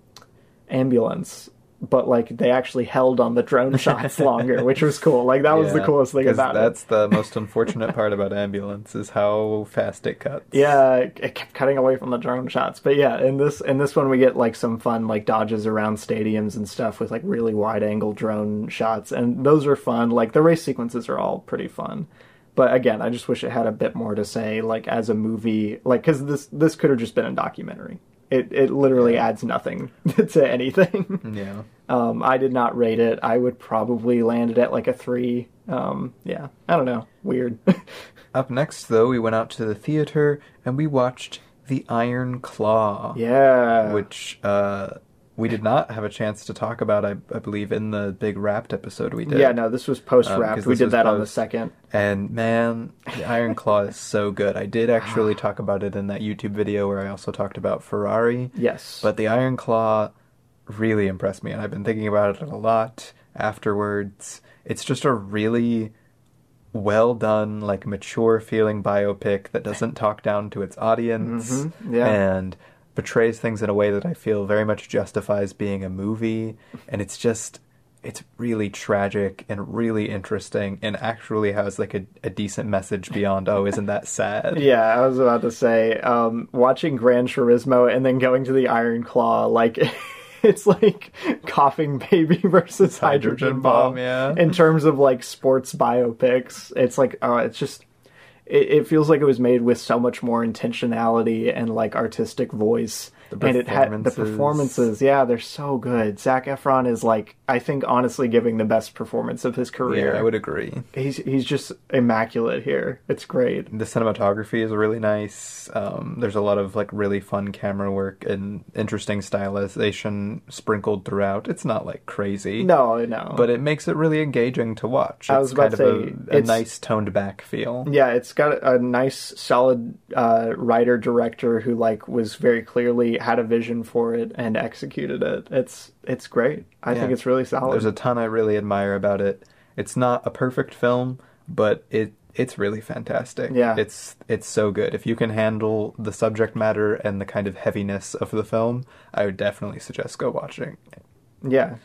[SPEAKER 2] ambulance, but like they actually held on the drone shots longer, which was cool. Like that was the
[SPEAKER 1] Yeah,
[SPEAKER 2] coolest thing
[SPEAKER 1] 'cause
[SPEAKER 2] about it.
[SPEAKER 1] That's the most unfortunate part about ambulance is how fast it cuts.
[SPEAKER 2] Yeah, it it kept cutting away from the drone shots, but yeah, in this in this one we get like some fun like dodges around stadiums and stuff with like really wide angle drone shots, and those are fun. Like the race sequences are all pretty fun, but again, I just wish it had a bit more to say like as a movie, like because this this could have just been a documentary. It it literally adds nothing to anything.
[SPEAKER 1] Yeah.
[SPEAKER 2] Um, I did not rate it. I would probably land it at like a three. Um, yeah, I don't know. Weird.
[SPEAKER 1] Up next, though, we went out to the theater and we watched The Iron Claw,
[SPEAKER 2] yeah.
[SPEAKER 1] which uh, we did not have a chance to talk about, I, I believe, in the big Wrapped episode we did.
[SPEAKER 2] yeah, no, this was post wrapped.
[SPEAKER 1] Um, 'cause
[SPEAKER 2] we
[SPEAKER 1] this
[SPEAKER 2] did
[SPEAKER 1] was
[SPEAKER 2] that on the
[SPEAKER 1] post.
[SPEAKER 2] second.
[SPEAKER 1] And man, The Iron Claw is so good. I did actually talk about it in that YouTube video where I also talked about Ferrari.
[SPEAKER 2] Yes.
[SPEAKER 1] But the Iron Claw really impressed me, and I've been thinking about it a lot afterwards. It's just a really well done, like mature feeling biopic that doesn't talk down to its audience
[SPEAKER 2] Mhm, yeah.
[SPEAKER 1] and portrays things in a way that I feel very much justifies being a movie. And it's just, it's really tragic and really interesting and actually has like a, a decent message beyond, oh, isn't that sad?
[SPEAKER 2] yeah, I was about to say, um, watching Gran Turismo and then going to the Iron Claw, like, it's like coughing baby versus hydrogen,
[SPEAKER 1] Hydrogen
[SPEAKER 2] bomb.
[SPEAKER 1] bomb, yeah.
[SPEAKER 2] In terms of like sports biopics, it's like, oh, it's just. It, it feels like it was made with so much more intentionality and like artistic voice, and it had the
[SPEAKER 1] performances.
[SPEAKER 2] performances. Yeah, they're so good. Zach Efron is like, I think, honestly, giving the best performance of his career.
[SPEAKER 1] I would agree.
[SPEAKER 2] he's he's just immaculate here. It's great.
[SPEAKER 1] the cinematography is really nice. Um, there's a lot of like really fun camera work and interesting stylization sprinkled throughout. It's not like crazy,
[SPEAKER 2] No, no.
[SPEAKER 1] but it makes it really engaging to watch. It's
[SPEAKER 2] I was about
[SPEAKER 1] kind
[SPEAKER 2] to
[SPEAKER 1] of
[SPEAKER 2] say,
[SPEAKER 1] a, a
[SPEAKER 2] it's-
[SPEAKER 1] nice toned back feel.
[SPEAKER 2] yeah, it's got a nice, solid uh, writer director who like was very clearly had a vision for it and executed it. It's it's great. I
[SPEAKER 1] Yeah.
[SPEAKER 2] think it's really solid.
[SPEAKER 1] There's a ton I really admire about it. It's not a perfect film, but it it's really fantastic.
[SPEAKER 2] Yeah.
[SPEAKER 1] It's it's so good. If you can handle the subject matter and the kind of heaviness of the film, I would definitely suggest go watching.
[SPEAKER 2] yeah.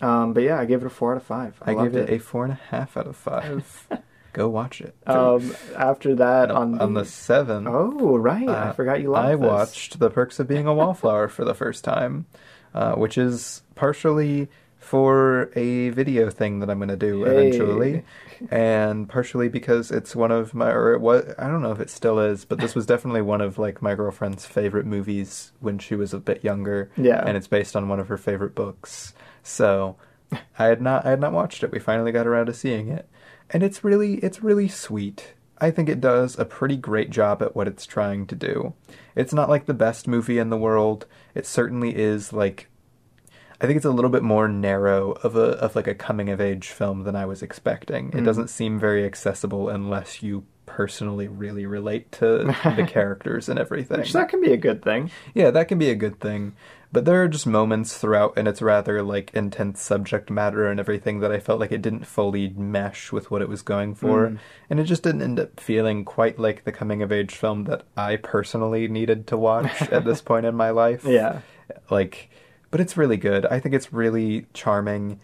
[SPEAKER 2] Um, but yeah, I gave it a four out of five. I,
[SPEAKER 1] I
[SPEAKER 2] loved
[SPEAKER 1] gave it a four and a half out of five. go watch it.
[SPEAKER 2] Um, after that, on the,
[SPEAKER 1] on the seven.
[SPEAKER 2] oh right, I
[SPEAKER 1] uh,
[SPEAKER 2] forgot you loved.
[SPEAKER 1] I
[SPEAKER 2] this.
[SPEAKER 1] watched The Perks of Being a Wallflower for the first time, uh, which is partially for a video thing that I'm going to do
[SPEAKER 2] Hey.
[SPEAKER 1] eventually, and partially because it's one of my or it was I don't know if it still is, but this was definitely one of like my girlfriend's favorite movies when she was a bit younger.
[SPEAKER 2] Yeah.
[SPEAKER 1] and it's based on one of her favorite books. So I had not I had not watched it. We finally got around to seeing it. And it's really it's really sweet. I think it does a pretty great job at what it's trying to do. It's not like the best movie in the world. It certainly is like I think it's a little bit more narrow of a of like a coming of age film than I was expecting. It doesn't seem very accessible unless you personally really relate to the characters and everything.
[SPEAKER 2] Which that can be a good thing.
[SPEAKER 1] Yeah, that can be a good thing. But there are just moments throughout, and it's rather like intense subject matter and everything that I felt like it didn't fully mesh with what it was going for.
[SPEAKER 2] Mm.
[SPEAKER 1] And it just didn't end up feeling quite like the coming of age film that I personally needed to watch at this point in my life.
[SPEAKER 2] Yeah.
[SPEAKER 1] Like, but it's really good. I think it's really charming.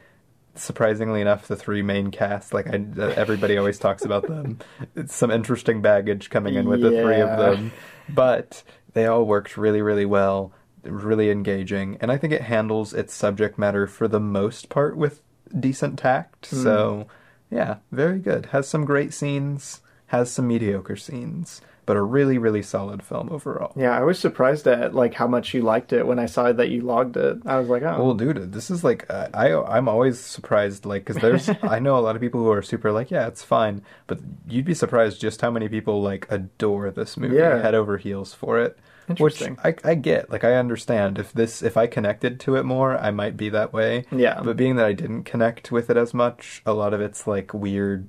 [SPEAKER 1] Surprisingly enough, the three main cast, like I, uh, everybody always talks about them, it's some interesting baggage coming in with the three of
[SPEAKER 2] Yeah.
[SPEAKER 1] them but they all worked really, really well, really engaging, and I think it handles its subject matter for the most part with decent tact. So, yeah, very good. Has some great scenes, has some mediocre scenes, but a really, really solid film overall.
[SPEAKER 2] Yeah, I was surprised at like how much you liked it when I saw that you logged it. I was like, oh,
[SPEAKER 1] Well, dude, this is like uh, I I'm always surprised, like, because there's I know a lot of people who are super like, yeah, it's fine, but you'd be surprised just how many people like adore this movie,
[SPEAKER 2] Yeah.
[SPEAKER 1] head over heels for it.
[SPEAKER 2] Interesting.
[SPEAKER 1] Which I I get, like, I understand if this if I connected to it more, I might be that way.
[SPEAKER 2] Yeah.
[SPEAKER 1] But being that I didn't connect with it as much, a lot of it's like weird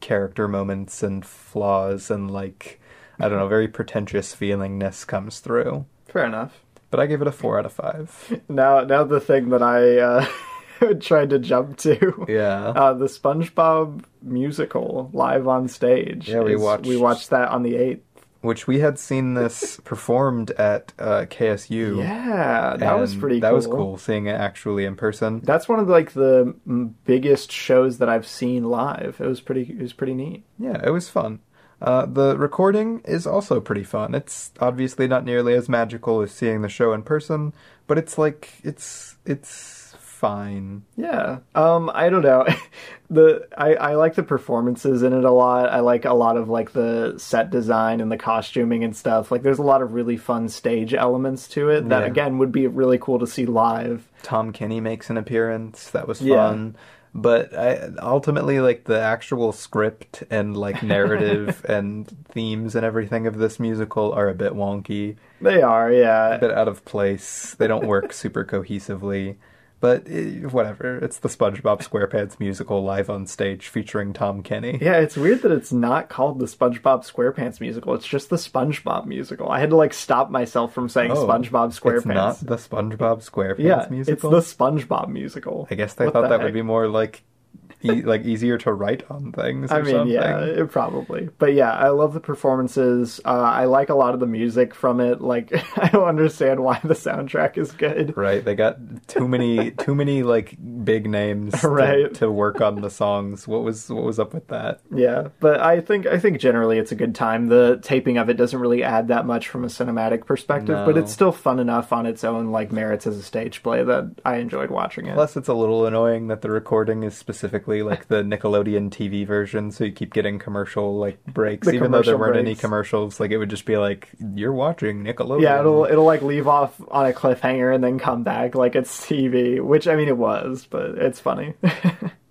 [SPEAKER 1] character moments and flaws and like I don't know, very pretentious feelingness comes through.
[SPEAKER 2] fair enough.
[SPEAKER 1] But I give it a four out of five.
[SPEAKER 2] Now, now the thing that I uh, tried to jump to.
[SPEAKER 1] Yeah.
[SPEAKER 2] Uh, the SpongeBob musical live on stage.
[SPEAKER 1] Yeah, we
[SPEAKER 2] is-
[SPEAKER 1] watched-
[SPEAKER 2] We watched that on the eighth.
[SPEAKER 1] Which we had seen this performed at uh, KSU.
[SPEAKER 2] Yeah, that was
[SPEAKER 1] and
[SPEAKER 2] pretty.
[SPEAKER 1] That
[SPEAKER 2] cool.
[SPEAKER 1] was cool seeing it actually in person.
[SPEAKER 2] That's one of like the mm, biggest shows that I've seen live. It was pretty. It was pretty neat.
[SPEAKER 1] Yeah, it was fun. Uh, the recording is also pretty fun. It's obviously not nearly as magical as seeing the show in person, but it's like it's it's fine.
[SPEAKER 2] Yeah. Um, I don't know. the I, I like the performances in it a lot. I like a lot of like the set design and the costuming and stuff. Like there's a lot of really fun stage elements to it that
[SPEAKER 1] Yeah.
[SPEAKER 2] again would be really cool to see live.
[SPEAKER 1] Tom Kenny makes an appearance. That was
[SPEAKER 2] Yeah.
[SPEAKER 1] fun. But I, ultimately, like the actual script and like narrative and themes and everything of this musical are a bit wonky,
[SPEAKER 2] They are, yeah.
[SPEAKER 1] a bit out of place. They don't work super cohesively. But eh, whatever. It's the SpongeBob SquarePants musical live on stage featuring Tom Kenny.
[SPEAKER 2] Yeah, it's weird that it's not called the SpongeBob SquarePants musical. It's just the SpongeBob musical. I had to like stop myself from saying
[SPEAKER 1] Oh,
[SPEAKER 2] SpongeBob SquarePants.
[SPEAKER 1] It's not the SpongeBob SquarePants
[SPEAKER 2] yeah,
[SPEAKER 1] musical.
[SPEAKER 2] it's the SpongeBob musical.
[SPEAKER 1] I guess they
[SPEAKER 2] What
[SPEAKER 1] thought
[SPEAKER 2] the
[SPEAKER 1] that would
[SPEAKER 2] heck?
[SPEAKER 1] be more like, e- like easier to write on things. Or
[SPEAKER 2] I mean,
[SPEAKER 1] something.
[SPEAKER 2] yeah, it probably. But yeah, I love the performances. Uh, I like a lot of the music from it. Like, I don't understand why the soundtrack is good.
[SPEAKER 1] Right, they got too many, too many like big names to-
[SPEAKER 2] Right.
[SPEAKER 1] to, work on the songs. What was what was up with that?
[SPEAKER 2] Yeah, but I think I think generally it's a good time. The taping of it doesn't really add that much from a cinematic perspective, but
[SPEAKER 1] No.
[SPEAKER 2] it's still fun enough on its own like merits as a stage play that I enjoyed watching it.
[SPEAKER 1] Plus, it's a little annoying that the recording is specifically like the Nickelodeon TV version, so you keep getting commercial like breaks,
[SPEAKER 2] The
[SPEAKER 1] even though there
[SPEAKER 2] commercial
[SPEAKER 1] weren't any
[SPEAKER 2] breaks.
[SPEAKER 1] commercials. Like it would just be like, "You're watching Nickelodeon."
[SPEAKER 2] yeah, it'll it'll like leave off on a cliffhanger and then come back like it's TV, which I mean it was, but it's funny.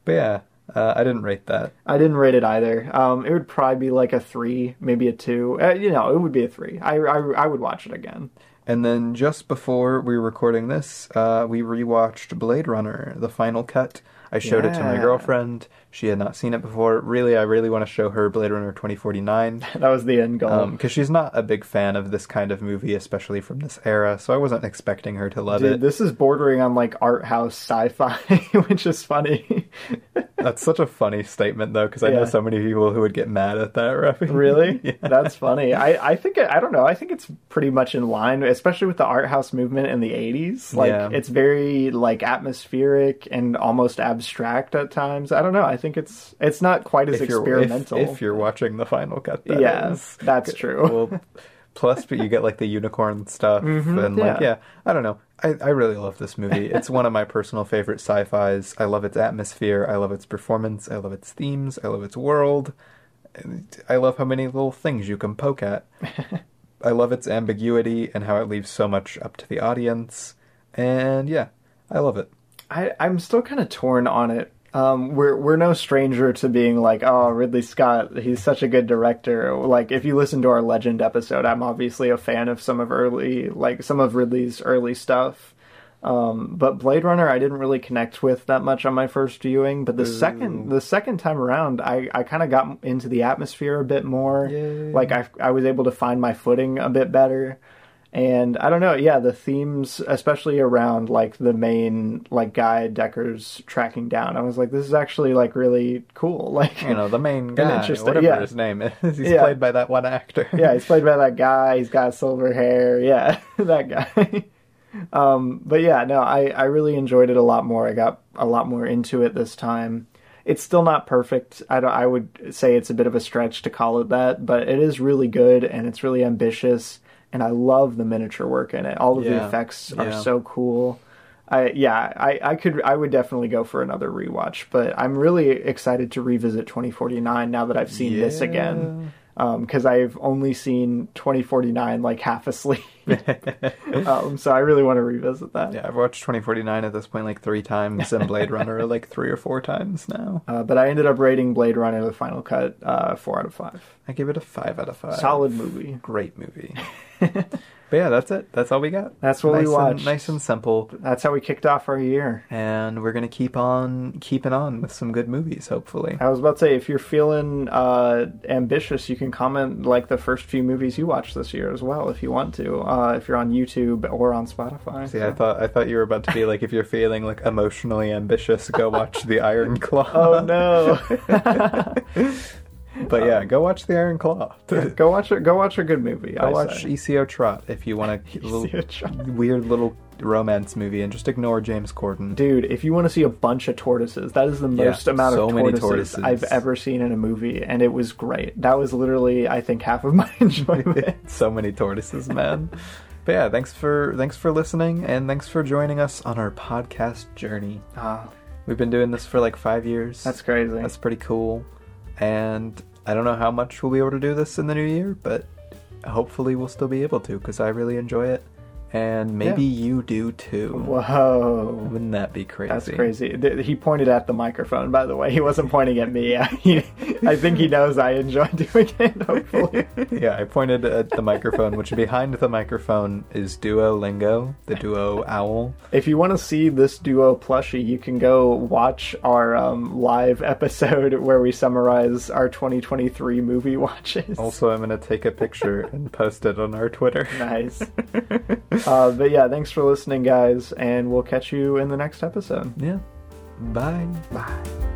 [SPEAKER 1] But yeah, uh, I didn't rate that.
[SPEAKER 2] I didn't rate it either. Um, it would probably be like a three, maybe a two. Uh, you know, it would be a three. I, I, I would watch it again.
[SPEAKER 1] And then just before we were recording this, uh, we rewatched Blade Runner, the final cut. I showed it to my
[SPEAKER 2] Yeah.
[SPEAKER 1] girlfriend. She had not seen it before. Really, I really want to show her Blade Runner 2049
[SPEAKER 2] That was the end goal.
[SPEAKER 1] because she's not a big fan of this kind of movie, especially from this era. So I wasn't expecting her to love
[SPEAKER 2] Dude,
[SPEAKER 1] it.
[SPEAKER 2] this is bordering on like art house sci-fi, which is funny.
[SPEAKER 1] That's such a funny statement, though, because I
[SPEAKER 2] Yeah.
[SPEAKER 1] know so many people who would get mad at that. Rafi.
[SPEAKER 2] really,
[SPEAKER 1] Yeah.
[SPEAKER 2] that's funny. I, I think it- I don't know. I think it's pretty much in line, especially with the art house movement in the '80s. Like
[SPEAKER 1] Yeah.
[SPEAKER 2] it's very like atmospheric and almost abstract at times. I don't know. I think it's it's not quite as
[SPEAKER 1] if you're, if,
[SPEAKER 2] experimental.
[SPEAKER 1] if you're watching the final cut, that
[SPEAKER 2] yeah,
[SPEAKER 1] is.
[SPEAKER 2] that's true.
[SPEAKER 1] well, plus, but you get like the unicorn stuff and like
[SPEAKER 2] Mm-hmm. yeah.
[SPEAKER 1] yeah, I don't know. I, I really love this movie. It's one of my personal favorite sci-fi's. I love its atmosphere. I love its performance. I love its themes. I love its world. And I love how many little things you can poke at. I love its ambiguity and how it leaves so much up to the audience. And yeah, I love it.
[SPEAKER 2] I, I'm still kind of torn on it. Um, we're we're no stranger to being like, oh, Ridley Scott, he's such a good director. Like, if you listen to our Legend episode, I'm obviously a fan of some of early, like some of Ridley's early stuff. Um, but Blade Runner, I didn't really connect with that much on my first viewing. But the second the second time around, I, I kind of got into the atmosphere a bit more.
[SPEAKER 1] Yay.
[SPEAKER 2] Like I I was able to find my footing a bit better and i don't know yeah the themes especially around like the main like guy decker's tracking down i was like this is actually like really cool like
[SPEAKER 1] You know, the main guy,
[SPEAKER 2] interesting-
[SPEAKER 1] whatever
[SPEAKER 2] yeah.
[SPEAKER 1] his name is, he's
[SPEAKER 2] Yeah.
[SPEAKER 1] played by that one actor.
[SPEAKER 2] yeah he's played by that guy he's got silver hair yeah that guy um but yeah no i i really enjoyed it a lot more i got a lot more into it this time it's still not perfect i don't i would say it's a bit of a stretch to call it that but it is really good and it's really ambitious and i love the miniature work in it all of the
[SPEAKER 1] Yeah.
[SPEAKER 2] effects are
[SPEAKER 1] Yeah.
[SPEAKER 2] so cool I, yeah, I, I could I would definitely go for another rewatch, but I'm really excited to revisit 2049 now that I've seen this
[SPEAKER 1] Yeah.
[SPEAKER 2] again because um, I've only seen 2049 like half asleep. um, so I really want to revisit that.
[SPEAKER 1] Yeah, I've watched 2049 at this point like three times and Blade Runner like three or four times now.
[SPEAKER 2] Uh, but I ended up rating Blade Runner the Final Cut uh, four out of five.
[SPEAKER 1] I give it a five out of five.
[SPEAKER 2] Solid movie.
[SPEAKER 1] Great movie. but But yeah, that's it. That's all we got.
[SPEAKER 2] That's what we
[SPEAKER 1] nice and-
[SPEAKER 2] watched.
[SPEAKER 1] nice and simple.
[SPEAKER 2] That's how we kicked off our year.
[SPEAKER 1] And we're gonna keep on keeping on with some good movies, hopefully.
[SPEAKER 2] I was about to say, if you're feeling uh, ambitious, you can comment like the first few movies you watched this year as well, if you want to. Uh, if you're on YouTube or on Spotify.
[SPEAKER 1] See, I thought I thought you were about to be like, if you're feeling like emotionally ambitious, go watch The Iron Claw.
[SPEAKER 2] oh no!
[SPEAKER 1] But yeah, go watch The Iron Claw. go
[SPEAKER 2] go watch a go watch a good movie. I
[SPEAKER 1] watch E-
[SPEAKER 2] say.
[SPEAKER 1] ECO Trot if you want a
[SPEAKER 2] See
[SPEAKER 1] little
[SPEAKER 2] a tro-
[SPEAKER 1] weird little romance movie, and just ignore James Corden.
[SPEAKER 2] Dude, if you want to see a bunch of tortoises, that is the
[SPEAKER 1] Yeah,
[SPEAKER 2] most amount
[SPEAKER 1] so
[SPEAKER 2] of
[SPEAKER 1] many
[SPEAKER 2] tortoises,
[SPEAKER 1] tortoises.
[SPEAKER 2] I've ever seen in a movie, and it was great. That was literally, I think, half of my enjoyment.
[SPEAKER 1] so many tortoises, man. but yeah, thanks for thanks for listening, and thanks for joining us on our podcast journey.
[SPEAKER 2] Ah,
[SPEAKER 1] We've been doing this for like five years.
[SPEAKER 2] that's crazy.
[SPEAKER 1] That's pretty cool. And I don't know how much we'll be able to do this in the new year, but hopefully we'll still be able to because I really enjoy it. And maybe you do too.
[SPEAKER 2] Whoa.
[SPEAKER 1] Wouldn't that be crazy?
[SPEAKER 2] That's crazy. Th- He pointed at the microphone, by the way. He wasn't pointing at me. I think he knows I enjoy doing it, hopefully.
[SPEAKER 1] yeah, I pointed at the microphone, which behind the microphone is Duolingo, the Duo Owl.
[SPEAKER 2] If you want to see this duo plushie, you can go watch our um, live episode where we summarize our 2023 movie watches.
[SPEAKER 1] Also, I'm going to take a picture and post it on our Twitter.
[SPEAKER 2] Nice. uh, but yeah, thanks for listening, guys, and we'll catch you in the next episode.
[SPEAKER 1] Yeah. Bye.
[SPEAKER 2] Bye.